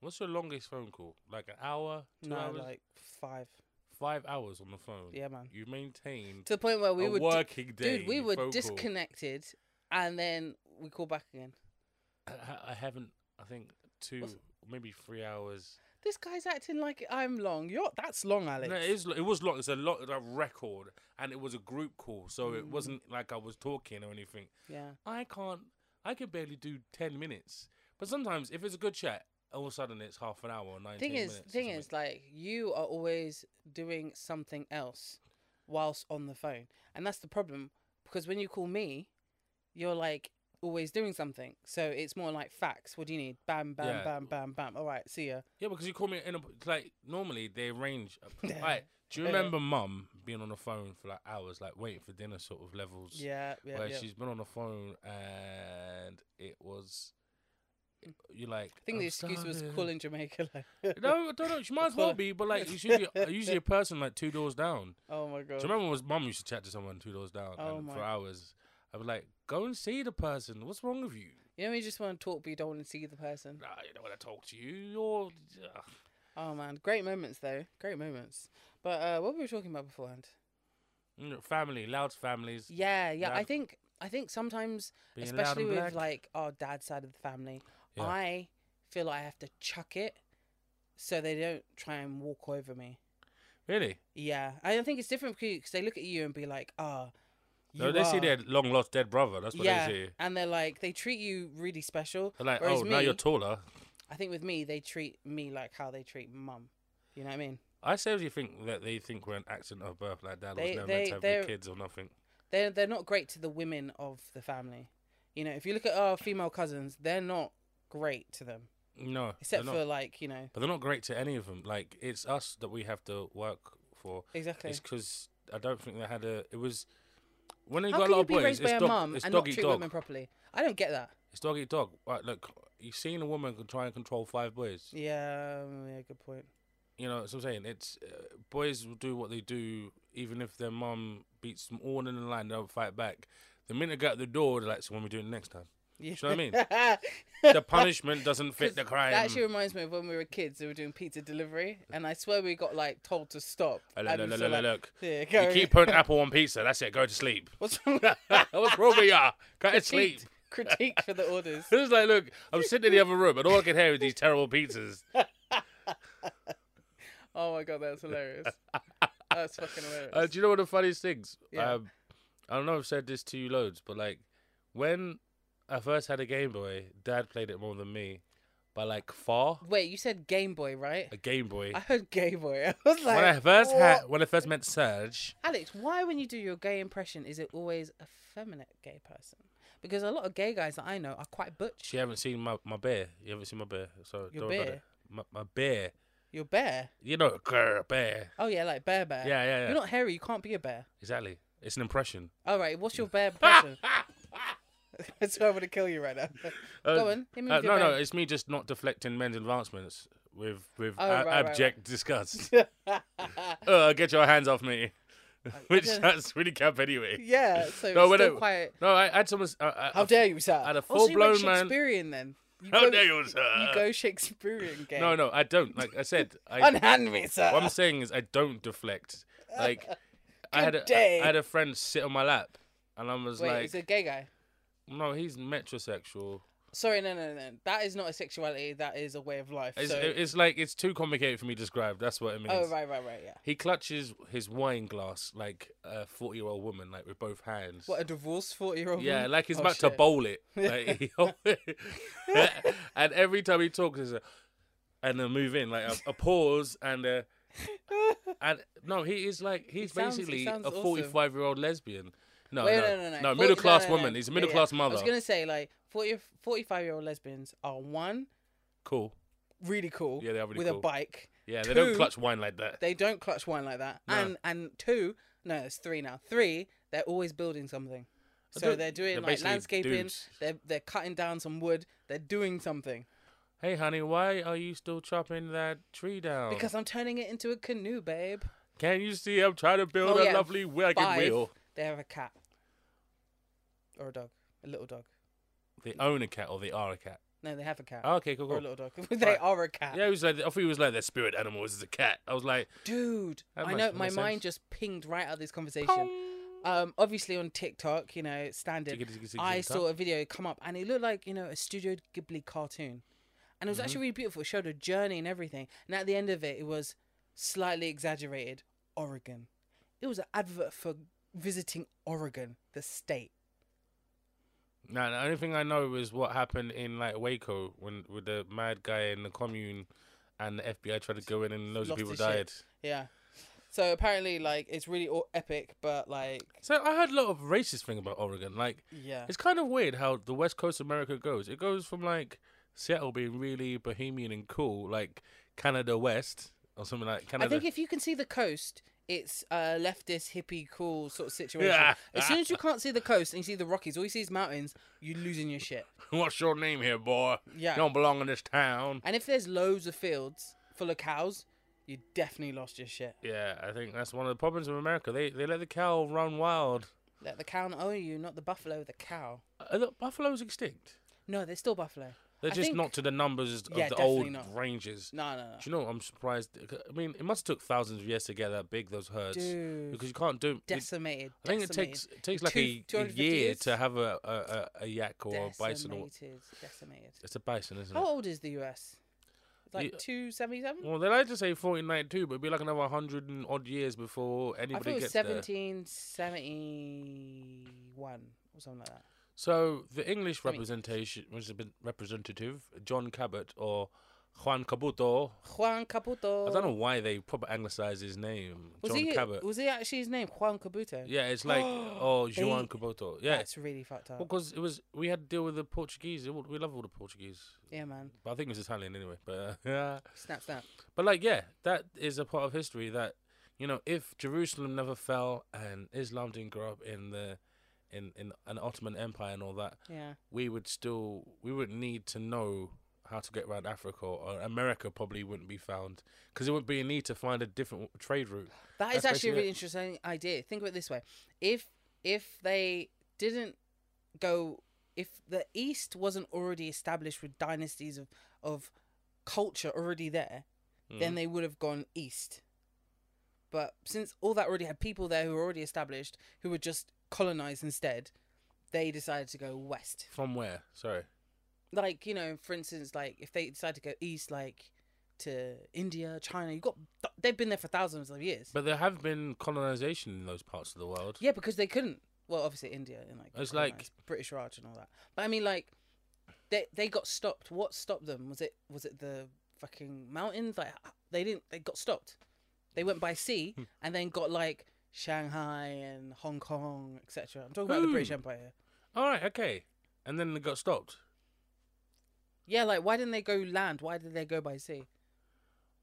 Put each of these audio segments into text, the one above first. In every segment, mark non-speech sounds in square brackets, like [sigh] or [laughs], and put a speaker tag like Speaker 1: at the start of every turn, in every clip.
Speaker 1: What's your longest phone call? Like an hour? Two
Speaker 2: No,
Speaker 1: hours?
Speaker 2: like five.
Speaker 1: Five hours on the phone.
Speaker 2: Yeah, man.
Speaker 1: You maintained
Speaker 2: To the point where we
Speaker 1: a
Speaker 2: would
Speaker 1: working day.
Speaker 2: dude, we
Speaker 1: phone
Speaker 2: were
Speaker 1: call.
Speaker 2: disconnected, and then we call back again.
Speaker 1: I, I- I haven't. I think two,
Speaker 2: What's-
Speaker 1: maybe three hours.
Speaker 2: This guy's acting like I'm long. You're that's long, Alex.
Speaker 1: No, it, is, lo- it was long. It's a lot of record, and it was a group call, so
Speaker 2: Mm.
Speaker 1: it wasn't like I was talking or anything.
Speaker 2: yeah,
Speaker 1: I can't. I could barely do ten minutes. But sometimes, if it's a good chat, all of a sudden it's half an hour or nineteen
Speaker 2: thing is,
Speaker 1: minutes. or
Speaker 2: thing
Speaker 1: something.
Speaker 2: is, like you are always doing something else whilst on the phone, and that's the problem because when you call me, you're like always doing something. So it's more like facts. What do you need? Bam, bam,
Speaker 1: Yeah.
Speaker 2: bam, bam, bam. All right, see ya.
Speaker 1: yeah, because you call me in a like normally they arrange.
Speaker 2: [laughs]
Speaker 1: like, do you remember Mum being on the phone for like hours, like waiting for dinner, sort of levels?
Speaker 2: Yeah, yeah,
Speaker 1: where
Speaker 2: yeah.
Speaker 1: she's been on the phone and it was. You're like.
Speaker 2: I think the excuse was calling Jamaica. Like,
Speaker 1: [laughs] No, I don't know. She might as well be, but like usually, uh, usually a person like two doors down.
Speaker 2: [laughs] oh my god.
Speaker 1: Do you remember when mum used to chat to someone two doors down
Speaker 2: Oh
Speaker 1: and
Speaker 2: my-
Speaker 1: for hours? I was like, go and see the person. What's wrong with you?
Speaker 2: You know, when you just want to talk, but you don't want to see the person.
Speaker 1: Nah, you don't want to talk to you. You're. Ugh.
Speaker 2: Oh man, great moments though, great moments. But uh, what were we talking about beforehand?
Speaker 1: Mm, Family, loud families.
Speaker 2: Yeah, yeah. I
Speaker 1: Loud-
Speaker 2: think I think sometimes,
Speaker 1: Being loud
Speaker 2: especially
Speaker 1: and
Speaker 2: with
Speaker 1: black.
Speaker 2: like our dad's side of the family,
Speaker 1: Yeah.
Speaker 2: I feel like I have to chuck it so they don't try and walk over me.
Speaker 1: Really?
Speaker 2: Yeah, I don't think it's different because they look at you and be like, "Ah, you
Speaker 1: No, they see
Speaker 2: are-
Speaker 1: their long lost dead brother. That's what
Speaker 2: yeah,"
Speaker 1: they see.
Speaker 2: and they're like, they treat you really special.
Speaker 1: They're like,
Speaker 2: Whereas
Speaker 1: oh, now
Speaker 2: me-
Speaker 1: you're taller.
Speaker 2: I think with me, they treat me like how they treat mum. You know what I mean?
Speaker 1: I seriously think that they think we're an accident of birth, like dad
Speaker 2: They-
Speaker 1: was never
Speaker 2: they-
Speaker 1: meant to
Speaker 2: they're-
Speaker 1: have kids or nothing.
Speaker 2: they're they're not great to the women of the family. You know, if you look at our female cousins, they're not great to them,
Speaker 1: No,
Speaker 2: except
Speaker 1: they're
Speaker 2: for
Speaker 1: not,
Speaker 2: like you know
Speaker 1: but they're not great to any of them. Like it's us that we have to work for.
Speaker 2: exactly.
Speaker 1: It's because I don't think they had a. It was when they
Speaker 2: How
Speaker 1: got
Speaker 2: can
Speaker 1: a lot
Speaker 2: you
Speaker 1: of
Speaker 2: be
Speaker 1: boys.
Speaker 2: raised by
Speaker 1: it's
Speaker 2: a
Speaker 1: dog,
Speaker 2: mum
Speaker 1: it's
Speaker 2: and
Speaker 1: dog
Speaker 2: not
Speaker 1: eat
Speaker 2: treat
Speaker 1: dog.
Speaker 2: women properly? I don't get that.
Speaker 1: It's dog eat dog. Right, look, you've seen a woman can try and control five boys.
Speaker 2: Yeah, mm, yeah, good point.
Speaker 1: You know, that's what I'm saying. It's uh, boys will do what they do, even if their mum beats them all in the line. They'll fight back. The minute they get out the door, they're like, "So when we do it next time?"
Speaker 2: Yeah. [laughs]
Speaker 1: Do you know what
Speaker 2: I
Speaker 1: I mean? the punishment doesn't fit the crime.
Speaker 2: That actually reminds me of when we were kids. They were doing pizza delivery, and I swear we got like told to stop.
Speaker 1: Oh,
Speaker 2: and
Speaker 1: look, look,
Speaker 2: so,
Speaker 1: look,
Speaker 2: like,
Speaker 1: look,
Speaker 2: "Yeah,
Speaker 1: look.
Speaker 2: go."
Speaker 1: You keep putting apple on pizza. That's it. Go to sleep.
Speaker 2: [laughs]
Speaker 1: [laughs]
Speaker 2: What's wrong with that?
Speaker 1: What's wrong with ya? Go to sleep.
Speaker 2: Critique, critique for the
Speaker 1: [laughs]
Speaker 2: orders.
Speaker 1: It was like, look, I'm sitting in the other room, and all I can hear is these terrible pizzas.
Speaker 2: Oh my god,
Speaker 1: [laughs]
Speaker 2: that's hilarious. That's fucking hilarious.
Speaker 1: Uh, do you know what the funniest things?
Speaker 2: Yeah.
Speaker 1: Um, I don't know. if I've said this to you loads, but like when I first had a Game Boy, Dad played it more than me by like far.
Speaker 2: Wait, you said Game Boy, right?
Speaker 1: A Game Boy.
Speaker 2: I heard Gay Boy. [laughs] I was like,
Speaker 1: when I first
Speaker 2: what?
Speaker 1: had, when I first met Serge,
Speaker 2: Alex, why when you do your gay impression is it always a feminine gay person? Because a lot of gay guys that I know are quite butch.
Speaker 1: she haven't seen my my bear. You haven't seen my bear, so
Speaker 2: Your
Speaker 1: don't worry about it.
Speaker 2: bear?
Speaker 1: My, my bear.
Speaker 2: You're bear.
Speaker 1: You know, grr, bear.
Speaker 2: Oh yeah, like bear bear.
Speaker 1: Yeah, yeah, yeah.
Speaker 2: You're not hairy. You can't be a bear.
Speaker 1: Exactly. It's an impression.
Speaker 2: All right, what's your bear impression?
Speaker 1: [laughs]
Speaker 2: [laughs] That's why I want to kill you right now. [laughs] Go on. Hit me
Speaker 1: Uh,
Speaker 2: with
Speaker 1: no,
Speaker 2: your
Speaker 1: no,
Speaker 2: bear.
Speaker 1: it's me just not deflecting men's advancements with with
Speaker 2: Oh,
Speaker 1: a-
Speaker 2: right, right,
Speaker 1: abject disgust. uh, get your hands off me, [laughs] which
Speaker 2: don't-
Speaker 1: sounds really camp anyway.
Speaker 2: [laughs] [laughs] Yeah. So
Speaker 1: No,
Speaker 2: it's
Speaker 1: when
Speaker 2: still
Speaker 1: I-
Speaker 2: quiet.
Speaker 1: No, I I had someone. s- Uh, uh,
Speaker 2: How
Speaker 1: uh,
Speaker 2: dare you, sir?
Speaker 1: had a
Speaker 2: Oh, so you went
Speaker 1: full-blown man-
Speaker 2: Shakespearean then. You
Speaker 1: How
Speaker 2: go-
Speaker 1: dare you, sir?
Speaker 2: You go Shakespearean gay.
Speaker 1: No, no, I don't. Like I
Speaker 2: [laughs]
Speaker 1: said, I,
Speaker 2: Unhand me, sir.
Speaker 1: what I'm saying is I don't deflect.
Speaker 2: [laughs]
Speaker 1: Like I had
Speaker 2: Good
Speaker 1: a,
Speaker 2: day.
Speaker 1: I had a friend sit on my lap, and I was
Speaker 2: Wait,
Speaker 1: like,
Speaker 2: he's a gay guy.
Speaker 1: no, he's metrosexual.
Speaker 2: Sorry, no, no, no. That is not a sexuality. That is a way of life.
Speaker 1: It's,
Speaker 2: so-
Speaker 1: it's like it's too complicated for me to describe. That's what it means.
Speaker 2: oh, right, right, right. Yeah.
Speaker 1: He clutches his wine glass like a forty-year-old woman, like with both hands.
Speaker 2: What a divorced forty-year-old.
Speaker 1: Yeah, like he's
Speaker 2: Oh,
Speaker 1: about to
Speaker 2: shit.
Speaker 1: bowl
Speaker 2: [laughs]
Speaker 1: it. Like, [laughs] he always- [laughs] and every time he talks, it's a, and a move in, like a, a pause, and
Speaker 2: [laughs]
Speaker 1: a, and no, he is like he's
Speaker 2: sounds- he
Speaker 1: basically
Speaker 2: sounds
Speaker 1: a
Speaker 2: awesome.
Speaker 1: forty-five-year-old lesbian. No,
Speaker 2: Wait,
Speaker 1: no,
Speaker 2: no, no, no. Forty-
Speaker 1: middle class
Speaker 2: no, no, no.
Speaker 1: woman. He's a
Speaker 2: Yeah,
Speaker 1: middle
Speaker 2: yeah.
Speaker 1: class
Speaker 2: I
Speaker 1: mother.
Speaker 2: was gonna say like 40, 45 year old lesbians are one
Speaker 1: Cool.
Speaker 2: really cool.
Speaker 1: Yeah, they are really
Speaker 2: with
Speaker 1: cool.
Speaker 2: a bike.
Speaker 1: Yeah, they do
Speaker 2: do
Speaker 1: don't clutch wine like that.
Speaker 2: They don't clutch wine like that. And and two, no, it's three now. Three, they're always building something. So
Speaker 1: don't-
Speaker 2: they're doing
Speaker 1: they're
Speaker 2: like
Speaker 1: basically
Speaker 2: landscaping.
Speaker 1: dudes.
Speaker 2: They're they're cutting down some wood. They're doing something
Speaker 1: Hey, honey, why are you still chopping that tree down?
Speaker 2: because I'm turning it into a canoe, babe.
Speaker 1: can you see I'm trying to build
Speaker 2: Oh,
Speaker 1: a
Speaker 2: yeah,
Speaker 1: lovely wagon
Speaker 2: Five,
Speaker 1: wheel?
Speaker 2: They have a cat or a dog, a little dog.
Speaker 1: They own a cat or they are a cat.
Speaker 2: No, they have a cat.
Speaker 1: Oh, okay, cool,
Speaker 2: Or a
Speaker 1: cool.
Speaker 2: little dog. [laughs] they
Speaker 1: Right.
Speaker 2: are a cat.
Speaker 1: Yeah, he was like, I thought he was like their spirit animal is the cat. I was like,
Speaker 2: Dude,
Speaker 1: That
Speaker 2: I
Speaker 1: makes-
Speaker 2: know
Speaker 1: that
Speaker 2: my
Speaker 1: makes
Speaker 2: mind
Speaker 1: sense.
Speaker 2: just pinged right out of this conversation. Um, obviously on TikTok, you know, standard.
Speaker 1: "Tickety, tickety, tickety,
Speaker 2: I
Speaker 1: tickety,
Speaker 2: saw a video come up and it looked like, you know, a Studio Ghibli cartoon. And it was
Speaker 1: Mm-hmm.
Speaker 2: actually really beautiful. It showed a journey and everything. And at the end of it, it was slightly exaggerated Oregon. It was an advert for visiting Oregon, the state.
Speaker 1: No, the only thing I know is what happened in like Waco when with the mad guy in the commune, and the FBI tried to go in and loads
Speaker 2: Lost
Speaker 1: of people
Speaker 2: his shit.
Speaker 1: died.
Speaker 2: Yeah. So apparently, like, it's really all epic, but like,
Speaker 1: So I heard a lot of racist thing about Oregon. Like
Speaker 2: yeah.
Speaker 1: it's kind of weird how the West Coast of America goes. It goes from like Seattle being really bohemian and cool, like Canada West or something like Canada.
Speaker 2: I think if you can see the coast, it's a leftist hippie cool sort of situation.
Speaker 1: Yeah.
Speaker 2: As soon as you can't see the coast and you see the Rockies, all you see is mountains, you're losing your shit.
Speaker 1: [laughs] What's your name here, boy?
Speaker 2: Yeah.
Speaker 1: You don't belong in this town.
Speaker 2: And if there's loads of fields full of cows, you definitely lost your shit.
Speaker 1: Yeah, I think that's one of the problems of America. They they let the cow run wild.
Speaker 2: Let the cow not own you, not the buffalo, the cow.
Speaker 1: Are the buffalo's extinct.
Speaker 2: No, they're still buffalo.
Speaker 1: They're
Speaker 2: I
Speaker 1: just
Speaker 2: think-
Speaker 1: not to the numbers of
Speaker 2: Yeah,
Speaker 1: the
Speaker 2: definitely
Speaker 1: old
Speaker 2: not.
Speaker 1: ranges.
Speaker 2: No, no, no.
Speaker 1: Do you know? I'm surprised. I mean, it must have took thousands of years to get that big. Those herds,
Speaker 2: Dude.
Speaker 1: because you can't do. it-
Speaker 2: decimated.
Speaker 1: I think it
Speaker 2: decimated,
Speaker 1: takes it takes like
Speaker 2: Two-
Speaker 1: a, a
Speaker 2: 250
Speaker 1: year
Speaker 2: years?
Speaker 1: to have a, a, a, a yak or a bison. Or,
Speaker 2: Decimated. Decimated.
Speaker 1: it's a bison, isn't
Speaker 2: How
Speaker 1: it?
Speaker 2: old is the US? It's Like
Speaker 1: Yeah.
Speaker 2: 277?
Speaker 1: Well, they like to say 49 too, but it'd be like another hundred and odd years before
Speaker 2: I thought
Speaker 1: anybody
Speaker 2: it
Speaker 1: gets
Speaker 2: was
Speaker 1: there.
Speaker 2: 1771 or something like that.
Speaker 1: So the English
Speaker 2: I mean-
Speaker 1: representation was a bit representative, John Cabot or Juan Cabuto.
Speaker 2: Juan Caputo.
Speaker 1: I don't know why they proper anglicize his name,
Speaker 2: Oh. Was
Speaker 1: John
Speaker 2: he,
Speaker 1: Cabot.
Speaker 2: Was he actually his name? Juan Cabuto?
Speaker 1: Yeah, it's
Speaker 2: [gasps]
Speaker 1: like oh Juan Cabuto. Yeah,
Speaker 2: That's really fucked up.
Speaker 1: because it was we had to deal with the Portuguese. It wa- We love all the Portuguese,
Speaker 2: Yeah, man.
Speaker 1: but I think it was Italian anyway. But [laughs] uh,
Speaker 2: Snap, snap.
Speaker 1: but like yeah, that is a part of history that you know if Jerusalem never fell and Islam didn't grow up in the in in an Ottoman Empire and all that,
Speaker 2: Yeah.
Speaker 1: we would still we would need to know how to get around Africa or America probably wouldn't be found because it would be a need to find a different trade route.
Speaker 2: That is
Speaker 1: That's
Speaker 2: actually a
Speaker 1: basically
Speaker 2: really
Speaker 1: it.
Speaker 2: interesting idea. Think of it this way: if if they didn't go, if the East wasn't already established with dynasties of of culture already there,
Speaker 1: Mm.
Speaker 2: then they would have gone east. But since all that already had people there who were already established, who would just colonize instead, they decided to go west.
Speaker 1: From where? Sorry.
Speaker 2: like you know for instance like if they decide to go east like to india china you got they've been there for thousands of years
Speaker 1: But there have been colonization in those parts of the world.
Speaker 2: yeah because they couldn't well obviously india and like
Speaker 1: It's
Speaker 2: colonised,
Speaker 1: like-
Speaker 2: british raj and all that but i mean like they they got stopped what stopped them was it was it the fucking mountains like h- they didn't they got stopped they went by sea
Speaker 1: Hmm.
Speaker 2: and then got like shanghai and hong kong etc i'm talking about the british
Speaker 1: Ooh.
Speaker 2: empire
Speaker 1: All right, okay. And then they got stopped
Speaker 2: yeah like why didn't they go land why did they go by sea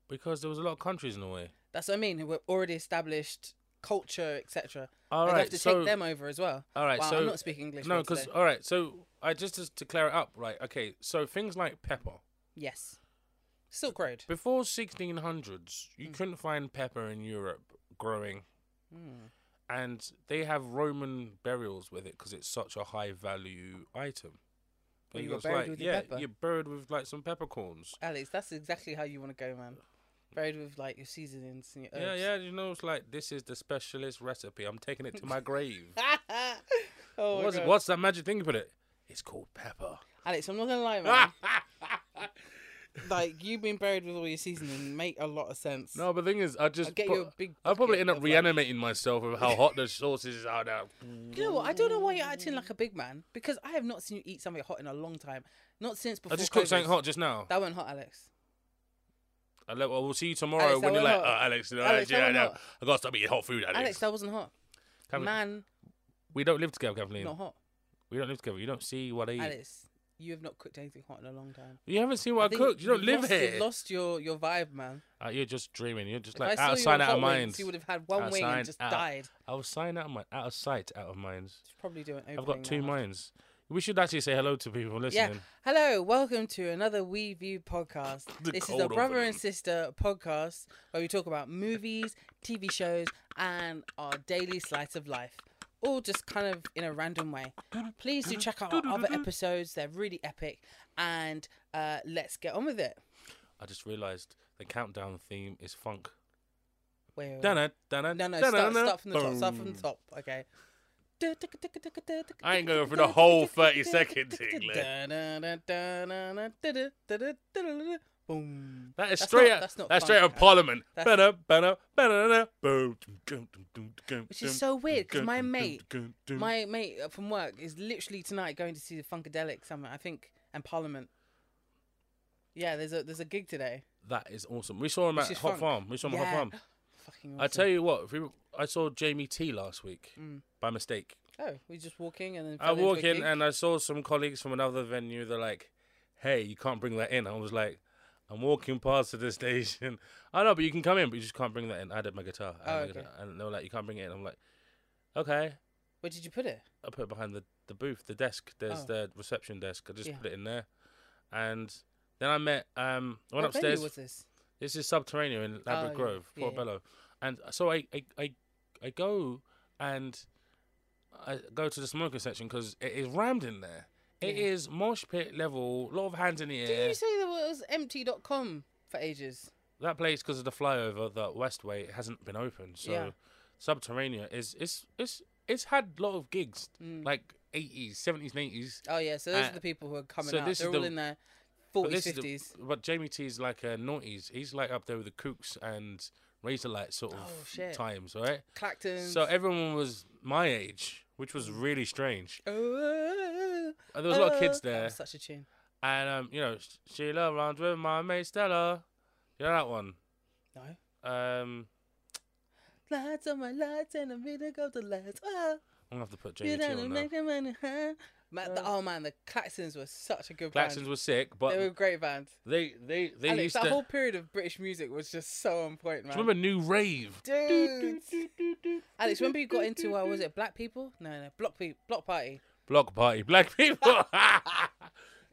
Speaker 1: because there was a lot of countries in the way.
Speaker 2: That's what I mean. We're already established culture, etc.
Speaker 1: All
Speaker 2: They'd
Speaker 1: right,
Speaker 2: have to
Speaker 1: so
Speaker 2: take them over as well.
Speaker 1: all right,
Speaker 2: Wow,
Speaker 1: so
Speaker 2: I'm not speaking English.
Speaker 1: no,
Speaker 2: well
Speaker 1: because
Speaker 2: today.
Speaker 1: all right, so I just just to clear it up, right? Okay, so things like pepper
Speaker 2: yes, Silk Road.
Speaker 1: before 1600s, you couldn't find pepper in Europe growing,
Speaker 2: Mm.
Speaker 1: and they have Roman burials with it because it's such a high value item.
Speaker 2: Well, you
Speaker 1: Because,
Speaker 2: got buried
Speaker 1: like,
Speaker 2: with your
Speaker 1: yeah,
Speaker 2: pepper.
Speaker 1: you're buried with like some peppercorns.
Speaker 2: Alex, that's exactly how you want to go, man. Buried with like your seasonings and your
Speaker 1: Yeah,
Speaker 2: herbs.
Speaker 1: yeah, you know, it's like this is the specialist recipe. I'm taking it to
Speaker 2: [laughs]
Speaker 1: my grave.
Speaker 2: yeah. [laughs] oh my
Speaker 1: what's,
Speaker 2: God.
Speaker 1: what's that magic thing you put it? It's called
Speaker 2: [laughs]
Speaker 1: pepper.
Speaker 2: Alex, I'm not gonna lie, man.
Speaker 1: Ah!
Speaker 2: [laughs] like you being buried with all your seasoning make a lot of sense.
Speaker 1: No, but the thing is, I
Speaker 2: I
Speaker 1: just
Speaker 2: get
Speaker 1: put-
Speaker 2: you a big.
Speaker 1: I'll probably
Speaker 2: bucket
Speaker 1: end up
Speaker 2: of, like-
Speaker 1: reanimating myself with how hot the sauces are now.
Speaker 2: You know what? I don't know why you're acting like a big man because I have not seen you eat something hot in a long time. Not since before.
Speaker 1: I just cooked
Speaker 2: COVID.
Speaker 1: something hot just now.
Speaker 2: That went hot, Alex.
Speaker 1: I le- well, we'll see you tomorrow
Speaker 2: Alex,
Speaker 1: when
Speaker 2: I
Speaker 1: you're like,
Speaker 2: want
Speaker 1: oh,
Speaker 2: hot.
Speaker 1: Alex, no,
Speaker 2: Alex, I
Speaker 1: yeah,
Speaker 2: want
Speaker 1: no,
Speaker 2: hot.
Speaker 1: I gotta stop eating hot food, Alex.
Speaker 2: Alex, that wasn't hot.
Speaker 1: Come here.
Speaker 2: Man,
Speaker 1: we don't live together, Kathleen.
Speaker 2: not hot.
Speaker 1: We don't live together. You don't see what I eat.
Speaker 2: Alex, you have not cooked anything hot in a long time.
Speaker 1: You haven't seen what I,
Speaker 2: think
Speaker 1: cooked. You don't live
Speaker 2: lost,
Speaker 1: here.
Speaker 2: You lost your, your vibe, man.
Speaker 1: Uh, you're just dreaming. You're just
Speaker 2: If
Speaker 1: like
Speaker 2: I saw
Speaker 1: out of
Speaker 2: you
Speaker 1: sight,
Speaker 2: on
Speaker 1: out
Speaker 2: Hot
Speaker 1: of
Speaker 2: Wings,
Speaker 1: mind.
Speaker 2: you would have had one
Speaker 1: Out of
Speaker 2: wing
Speaker 1: sign,
Speaker 2: and just
Speaker 1: out.
Speaker 2: died.
Speaker 1: I was sign out of mind, out of sight, out of mind.
Speaker 2: Should Probably doing opening.
Speaker 1: I've got two
Speaker 2: now.
Speaker 1: minds. We should actually say hello to people
Speaker 2: Yeah.
Speaker 1: listening.
Speaker 2: Hello, welcome to another We View podcast.
Speaker 1: The
Speaker 2: this is
Speaker 1: cold
Speaker 2: a brother
Speaker 1: opening.
Speaker 2: and sister podcast where we talk about movies, TV shows, and our daily slice of life. all just kind of in a random way. Please do check out our other episodes; they're really epic. And uh, let's get on with it.
Speaker 1: I just realised the countdown theme is funk.
Speaker 2: Wait, wait, wait.
Speaker 1: Dunna, dunna,
Speaker 2: No, no,
Speaker 1: dunna,
Speaker 2: start,
Speaker 1: dunna,
Speaker 2: start from the top. Start from
Speaker 1: boom.
Speaker 2: the top. Okay.
Speaker 1: I ain't going for
Speaker 2: [laughs]
Speaker 1: the whole 30 seconds,
Speaker 2: Boom.
Speaker 1: That is
Speaker 2: That's
Speaker 1: straight
Speaker 2: not-
Speaker 1: out.
Speaker 2: that's
Speaker 1: That's,
Speaker 2: not
Speaker 1: straight out
Speaker 2: funk,
Speaker 1: of Parliament.
Speaker 2: That's-
Speaker 1: Banner, banner, banner, boom. Which
Speaker 2: Which is so weird because my mate, my mate from work is literally tonight going to see the Funkadelic somewhere, I think, and Parliament. Yeah, there's a there's a gig today.
Speaker 1: That is awesome. We saw him
Speaker 2: Which
Speaker 1: at
Speaker 2: is
Speaker 1: Hot
Speaker 2: funk.
Speaker 1: Farm. We saw him at
Speaker 2: Yeah.
Speaker 1: Hot Farm.
Speaker 2: Fucking
Speaker 1: I
Speaker 2: awesome.
Speaker 1: tell you what, if we, I saw Jamie T last week
Speaker 2: Mm.
Speaker 1: by mistake.
Speaker 2: Oh, we just walking and then
Speaker 1: I
Speaker 2: fell into a
Speaker 1: walk in
Speaker 2: gig?
Speaker 1: and I saw some colleagues from another venue. They're like, "Hey, you can't bring that in." I was like, "I'm walking past to the [laughs] station. I know, but you can come in, but you just can't bring that in." I had my guitar, I had
Speaker 2: Oh,
Speaker 1: my
Speaker 2: okay.
Speaker 1: guitar, and they were like, "You can't bring it in." I'm like, "Okay."
Speaker 2: Where did you put it?
Speaker 1: I put it behind the, the booth, the desk. There's
Speaker 2: Oh.
Speaker 1: the reception desk. I just
Speaker 2: Yeah.
Speaker 1: put it in there, and then I met. Um, I went
Speaker 2: What venue
Speaker 1: upstairs.
Speaker 2: was this?
Speaker 1: This is subterranean in Labrador
Speaker 2: Oh, yeah.
Speaker 1: Grove,
Speaker 2: Yeah, yeah.
Speaker 1: Portobello, and so I, I I I go and I go to the smoking section because it is rammed in there. It is
Speaker 2: Yeah.
Speaker 1: mosh pit level, lot of hands in the
Speaker 2: Didn't
Speaker 1: air.
Speaker 2: you say there was empty.com for ages?
Speaker 1: That place because of the flyover, the Westway it hasn't been open, so
Speaker 2: Yeah.
Speaker 1: subterranean is it's it's it's had a lot of gigs
Speaker 2: Mm.
Speaker 1: like eighties, seventies, and eighties.
Speaker 2: Oh yeah, so those
Speaker 1: Uh,
Speaker 2: are the people who are coming
Speaker 1: so
Speaker 2: out.
Speaker 1: this is
Speaker 2: They're all
Speaker 1: the-
Speaker 2: in their
Speaker 1: But
Speaker 2: forties,
Speaker 1: this is the-
Speaker 2: fifties.
Speaker 1: But Jamie T is like a noughties. He's like up there with the Kooks and Razorlight sort of
Speaker 2: Oh, shit.
Speaker 1: times, right?
Speaker 2: Clacton.
Speaker 1: So everyone was my age, which was really strange.
Speaker 2: oh,
Speaker 1: And there was a lot of
Speaker 2: oh.
Speaker 1: kids
Speaker 2: That
Speaker 1: there,
Speaker 2: was such a tune.
Speaker 1: and um, you know, Sh- Sheila runs with my mate Stella. You know that one?
Speaker 2: No.
Speaker 1: Um,
Speaker 2: Lights on my lights and I'm ready to go to lights. Oh,
Speaker 1: I'm gonna have to put Jamie
Speaker 2: you
Speaker 1: T
Speaker 2: don't
Speaker 1: on there.
Speaker 2: make a money, huh? Man, the,
Speaker 1: Uh,
Speaker 2: oh man, the Claxons were such a good
Speaker 1: Claxons
Speaker 2: band.
Speaker 1: were sick,
Speaker 2: they were a
Speaker 1: but
Speaker 2: great band.
Speaker 1: they they they
Speaker 2: Alex,
Speaker 1: used
Speaker 2: that
Speaker 1: to.
Speaker 2: whole period of British music was just so on point,
Speaker 1: Do
Speaker 2: man.
Speaker 1: you remember New
Speaker 2: [laughs]
Speaker 1: Rave?
Speaker 2: Dude. Alex, remember you got into uh, was it black people? No, no, block pe- block party.
Speaker 1: Block Party, Black people. [laughs]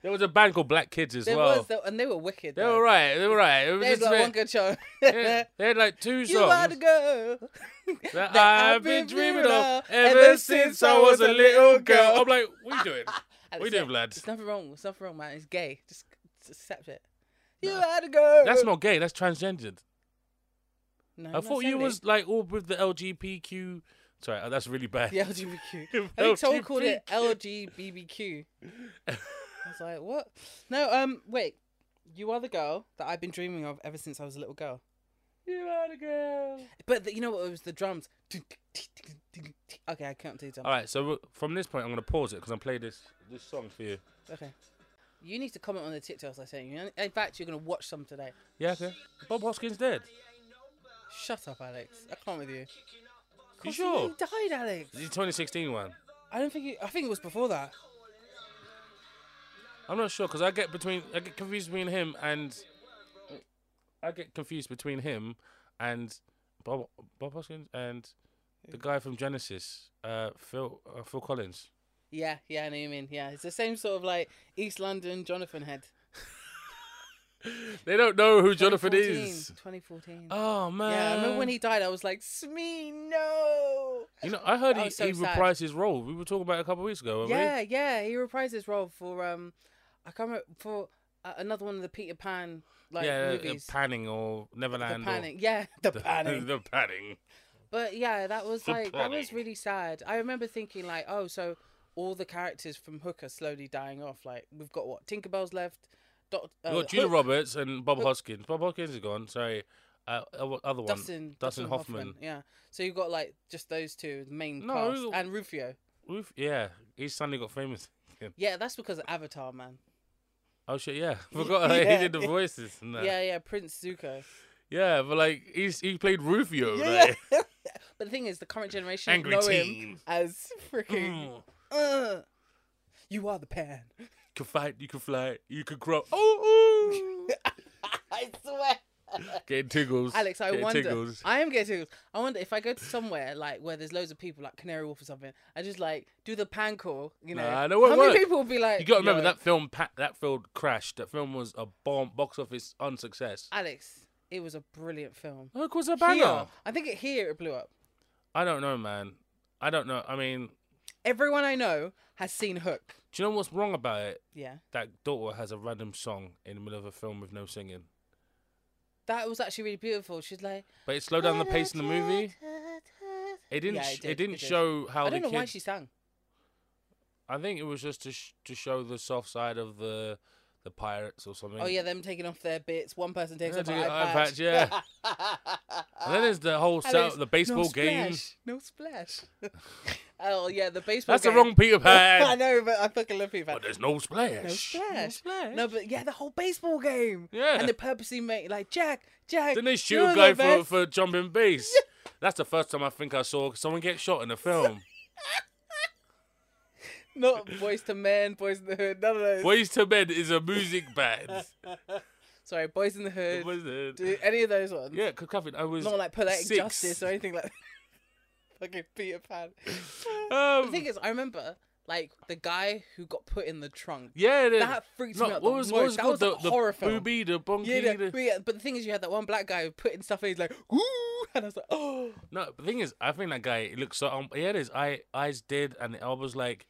Speaker 1: there was a band called Black Kids as
Speaker 2: There
Speaker 1: well.
Speaker 2: was, though, and they were wicked.
Speaker 1: They
Speaker 2: though.
Speaker 1: were right. They were right. It was
Speaker 2: They had
Speaker 1: just
Speaker 2: like
Speaker 1: a
Speaker 2: one
Speaker 1: bit-
Speaker 2: good show. [laughs]
Speaker 1: yeah, they had like two
Speaker 2: You are the
Speaker 1: songs
Speaker 2: girl
Speaker 1: that I've been dreaming of ever since I was a little girl. I'm like, what are you [laughs] doing?
Speaker 2: Alex,
Speaker 1: What are you
Speaker 2: yeah,
Speaker 1: doing, lad?
Speaker 2: There's nothing wrong. There's nothing wrong, man. It's gay. Just, just accept it.
Speaker 1: Nah.
Speaker 2: You are the girl.
Speaker 1: That's not gay. That's transgendered.
Speaker 2: No,
Speaker 1: I
Speaker 2: not
Speaker 1: thought you
Speaker 2: saying it.
Speaker 1: was like all with the LGBTQ. Sorry, oh, that's really bad.
Speaker 2: the LGBTQ.
Speaker 1: With
Speaker 2: I think someone called it
Speaker 1: LGBTQ.
Speaker 2: LGBBQ. I was like, what? No, um, wait. You are the girl that I've been dreaming of ever since I was a little girl.
Speaker 1: [laughs] You are the girl.
Speaker 2: But the, you know what? It was the drums. Okay, I can't do drums.
Speaker 1: All right, so w- from this point, I'm gonna pause it because I'm play this this song for you.
Speaker 2: Okay. You need to comment on the TikToks I sent you. In fact, you're gonna watch some today.
Speaker 1: Yeah, okay. Bob Hoskins dead.
Speaker 2: Shut up, Alex. I can't with you.
Speaker 1: You
Speaker 2: Cosimo
Speaker 1: sure?
Speaker 2: died, Alex.
Speaker 1: This is 2016 one.
Speaker 2: I don't think. He, I think it was before that.
Speaker 1: I'm not sure because I get between I get confused between him and I get confused between him and Bob Bob Hoskins and the guy from Genesis, uh, Phil uh, Phil Collins.
Speaker 2: Yeah, yeah, I know what you mean. Yeah, it's the same sort of like East London Jonathan head.
Speaker 1: They don't know who Jonathan is.
Speaker 2: 2014.
Speaker 1: Oh man!
Speaker 2: yeah, I remember when he died. I was like, Smee, no.
Speaker 1: You know, I heard
Speaker 2: That
Speaker 1: he,
Speaker 2: was Oh, so
Speaker 1: he
Speaker 2: sad.
Speaker 1: reprised his role. We were talking about it a couple of weeks ago, weren't
Speaker 2: Yeah, yeah. He reprised his role for um, I can't remember for uh, another one of the Peter Pan
Speaker 1: we?
Speaker 2: like
Speaker 1: yeah, uh,
Speaker 2: movies.
Speaker 1: Panning or Neverland.
Speaker 2: the Panning. Yeah, [laughs] the,
Speaker 1: Or,
Speaker 2: Panning.
Speaker 1: the [laughs] Panning.
Speaker 2: But yeah, that was
Speaker 1: The
Speaker 2: like that was
Speaker 1: planning.
Speaker 2: really sad. I remember thinking like, oh, so all the characters from Hook are slowly dying off. Like we've got what Tinkerbell's left. Doc, uh,
Speaker 1: we got
Speaker 2: [laughs]
Speaker 1: Julia
Speaker 2: Hook,
Speaker 1: Roberts and Bob Hoskins. Bob Hoskins is gone. Sorry, uh, uh, what other one.
Speaker 2: Dustin,
Speaker 1: Dustin Hoffman.
Speaker 2: Yeah. So you've got like just those two main
Speaker 1: No,
Speaker 2: cast
Speaker 1: we got-
Speaker 2: and Rufio.
Speaker 1: We've, yeah, he suddenly got
Speaker 2: [laughs]
Speaker 1: famous.
Speaker 2: Yeah, that's because of Avatar, man.
Speaker 1: Oh shit, yeah, [laughs] forgot like,
Speaker 2: Yeah.
Speaker 1: he did the voices. And that. Yeah,
Speaker 2: Yeah, yeah, Prince Zuko.
Speaker 1: but like he's he played Rufio,
Speaker 2: Yeah,
Speaker 1: like,
Speaker 2: yeah. [laughs] but the thing is, the current generation
Speaker 1: angry
Speaker 2: know him
Speaker 1: teen.
Speaker 2: as
Speaker 1: [laughs]
Speaker 2: freaking.
Speaker 1: Mm.
Speaker 2: uh, you are the pan. [laughs]
Speaker 1: Can fight, you can fly, you can grow. Oh,
Speaker 2: I swear. [laughs]
Speaker 1: getting tiggles.
Speaker 2: Alex, I
Speaker 1: getting
Speaker 2: wonder.
Speaker 1: Tiggles.
Speaker 2: I am getting tiggles. I wonder if I go to somewhere like where there's loads of people, like Canary Wharf or something, I just like do the pan call. You know,
Speaker 1: Nah, no, it won't
Speaker 2: how many
Speaker 1: work.
Speaker 2: people will be like?
Speaker 1: You got to remember
Speaker 2: "Yo,
Speaker 1: that film. Pa- that film crashed. That film was a bomb, box office unsuccess.
Speaker 2: Alex. It was a brilliant film.
Speaker 1: Oh, it was a
Speaker 2: Here,
Speaker 1: banger.
Speaker 2: I think it, here it blew up.
Speaker 1: I don't know, man. I don't know. I mean,
Speaker 2: Everyone I know has seen Hook.
Speaker 1: do you know what's wrong about it?
Speaker 2: Yeah.
Speaker 1: That daughter has a random song in the middle of a film with no singing.
Speaker 2: That was actually really beautiful. She's like,
Speaker 1: But it slowed down the pace in the movie. It didn't.
Speaker 2: Yeah, it
Speaker 1: sh-
Speaker 2: did,
Speaker 1: it didn't
Speaker 2: it did.
Speaker 1: show how
Speaker 2: I
Speaker 1: the
Speaker 2: don't know
Speaker 1: kid.
Speaker 2: why she sang.
Speaker 1: I think it was just to sh- to show the soft side of the the pirates or something.
Speaker 2: Oh yeah, them taking off their bits. One person takes
Speaker 1: Yeah,
Speaker 2: off an
Speaker 1: taking
Speaker 2: eye
Speaker 1: eye
Speaker 2: patch.
Speaker 1: patch, yeah.
Speaker 2: [laughs]
Speaker 1: And then there's the whole
Speaker 2: And
Speaker 1: set,
Speaker 2: it's
Speaker 1: the baseball
Speaker 2: no
Speaker 1: game.
Speaker 2: Splash, no splash. [laughs] oh yeah, the baseball.
Speaker 1: That's the
Speaker 2: game. [laughs]
Speaker 1: wrong Peter
Speaker 2: I
Speaker 1: Pan.
Speaker 2: know, but I fucking love Peter Pan.
Speaker 1: but there's no splash.
Speaker 2: No splash.
Speaker 1: splash.
Speaker 2: No, but yeah, the whole baseball game.
Speaker 1: Yeah.
Speaker 2: And they purposely make like Jack, Jack.
Speaker 1: Didn't they shoot
Speaker 2: you're
Speaker 1: a guy
Speaker 2: the
Speaker 1: for,
Speaker 2: best."
Speaker 1: for jumping base? That's the first time I think I saw someone get shot in a
Speaker 2: [laughs]
Speaker 1: film.
Speaker 2: Not boys to men, boys in the hood. None of those.
Speaker 1: Boys to Men is a music
Speaker 2: [laughs]
Speaker 1: band.
Speaker 2: Sorry, boys in the hood.
Speaker 1: Was it?
Speaker 2: Do any of those ones?
Speaker 1: Yeah, because Catherine, I was
Speaker 2: Not like poetic
Speaker 1: six.
Speaker 2: justice or anything like. that. [laughs] fucking Peter Pan. the
Speaker 1: Um,
Speaker 2: thing is, I remember like the guy who got put in the trunk.
Speaker 1: yeah, the-
Speaker 2: That freaked
Speaker 1: no,
Speaker 2: me out.
Speaker 1: What
Speaker 2: the
Speaker 1: was,
Speaker 2: most.
Speaker 1: what was it
Speaker 2: that
Speaker 1: called?
Speaker 2: was
Speaker 1: the,
Speaker 2: a horror
Speaker 1: the
Speaker 2: film.
Speaker 1: Booby, the Bonky,
Speaker 2: Yeah, no,
Speaker 1: the-
Speaker 2: but yeah, but the thing is, you had that one black guy who put in stuff and he's like, ooh, [laughs] and I was like, oh,
Speaker 1: No, the thing is, I think that guy he looks so. Um, he had his eye, eyes dead, and I was like,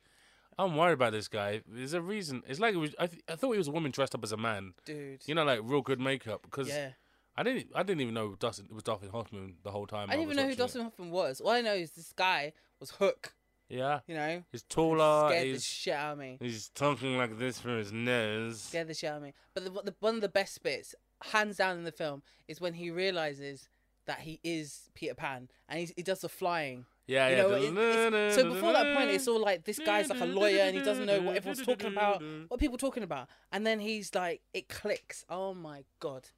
Speaker 1: I'm worried about this guy. There's a reason. It's like it was, I, th- I thought he was a woman dressed up as a man.
Speaker 2: dude.
Speaker 1: You know, like real good makeup. Because
Speaker 2: yeah.
Speaker 1: I didn't, I didn't even know Dustin it was Dustin Hoffman the whole time.
Speaker 2: I didn't
Speaker 1: was
Speaker 2: even know who
Speaker 1: watching
Speaker 2: Dustin Hoffman was. All I know is this guy was Hook,
Speaker 1: it. Yeah,
Speaker 2: you know?
Speaker 1: he's taller.
Speaker 2: scared the
Speaker 1: He's
Speaker 2: shit out of me.
Speaker 1: he's talking like this through his nose.
Speaker 2: Scared the shit out of me. But the, the, one of the best bits, hands down in the film, is when he realizes that he is Peter Pan and he, he does the flying.
Speaker 1: Yeah,
Speaker 2: You
Speaker 1: yeah.
Speaker 2: know,
Speaker 1: the-
Speaker 2: it- it's- so before that point, it's all like this guy's like a lawyer and he doesn't know what everyone's talking about, what people talking about, and then he's like, it clicks. Oh my god!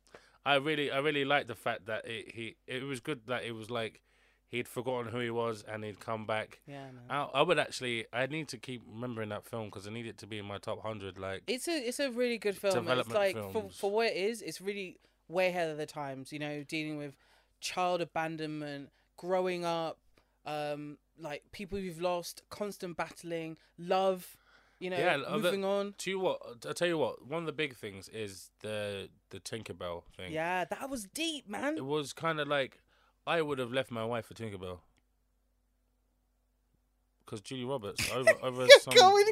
Speaker 1: I really, I really liked the fact that it, he, it was good that it was like he'd forgotten who he was and he'd come back.
Speaker 2: Yeah, man.
Speaker 1: I, I would actually, I need to keep remembering that film because I need it to be in my top hundred. Like,
Speaker 2: It's a it's a really good film. and It's
Speaker 1: Development
Speaker 2: like for,
Speaker 1: films.
Speaker 2: for what it is, it's really way ahead of the times. You know, dealing with child abandonment, growing up, um, like people you've lost, constant battling, love. You know,
Speaker 1: Yeah, uh, the-
Speaker 2: moving on.
Speaker 1: to you what? I tell you what. One of the big things is the the Tinkerbell thing.
Speaker 2: Yeah, that was deep, [laughs] man.
Speaker 1: It was kind of like I would have left my wife for Tinkerbell because Julie Roberts
Speaker 2: [laughs]
Speaker 1: over over
Speaker 2: You're
Speaker 1: some
Speaker 2: going-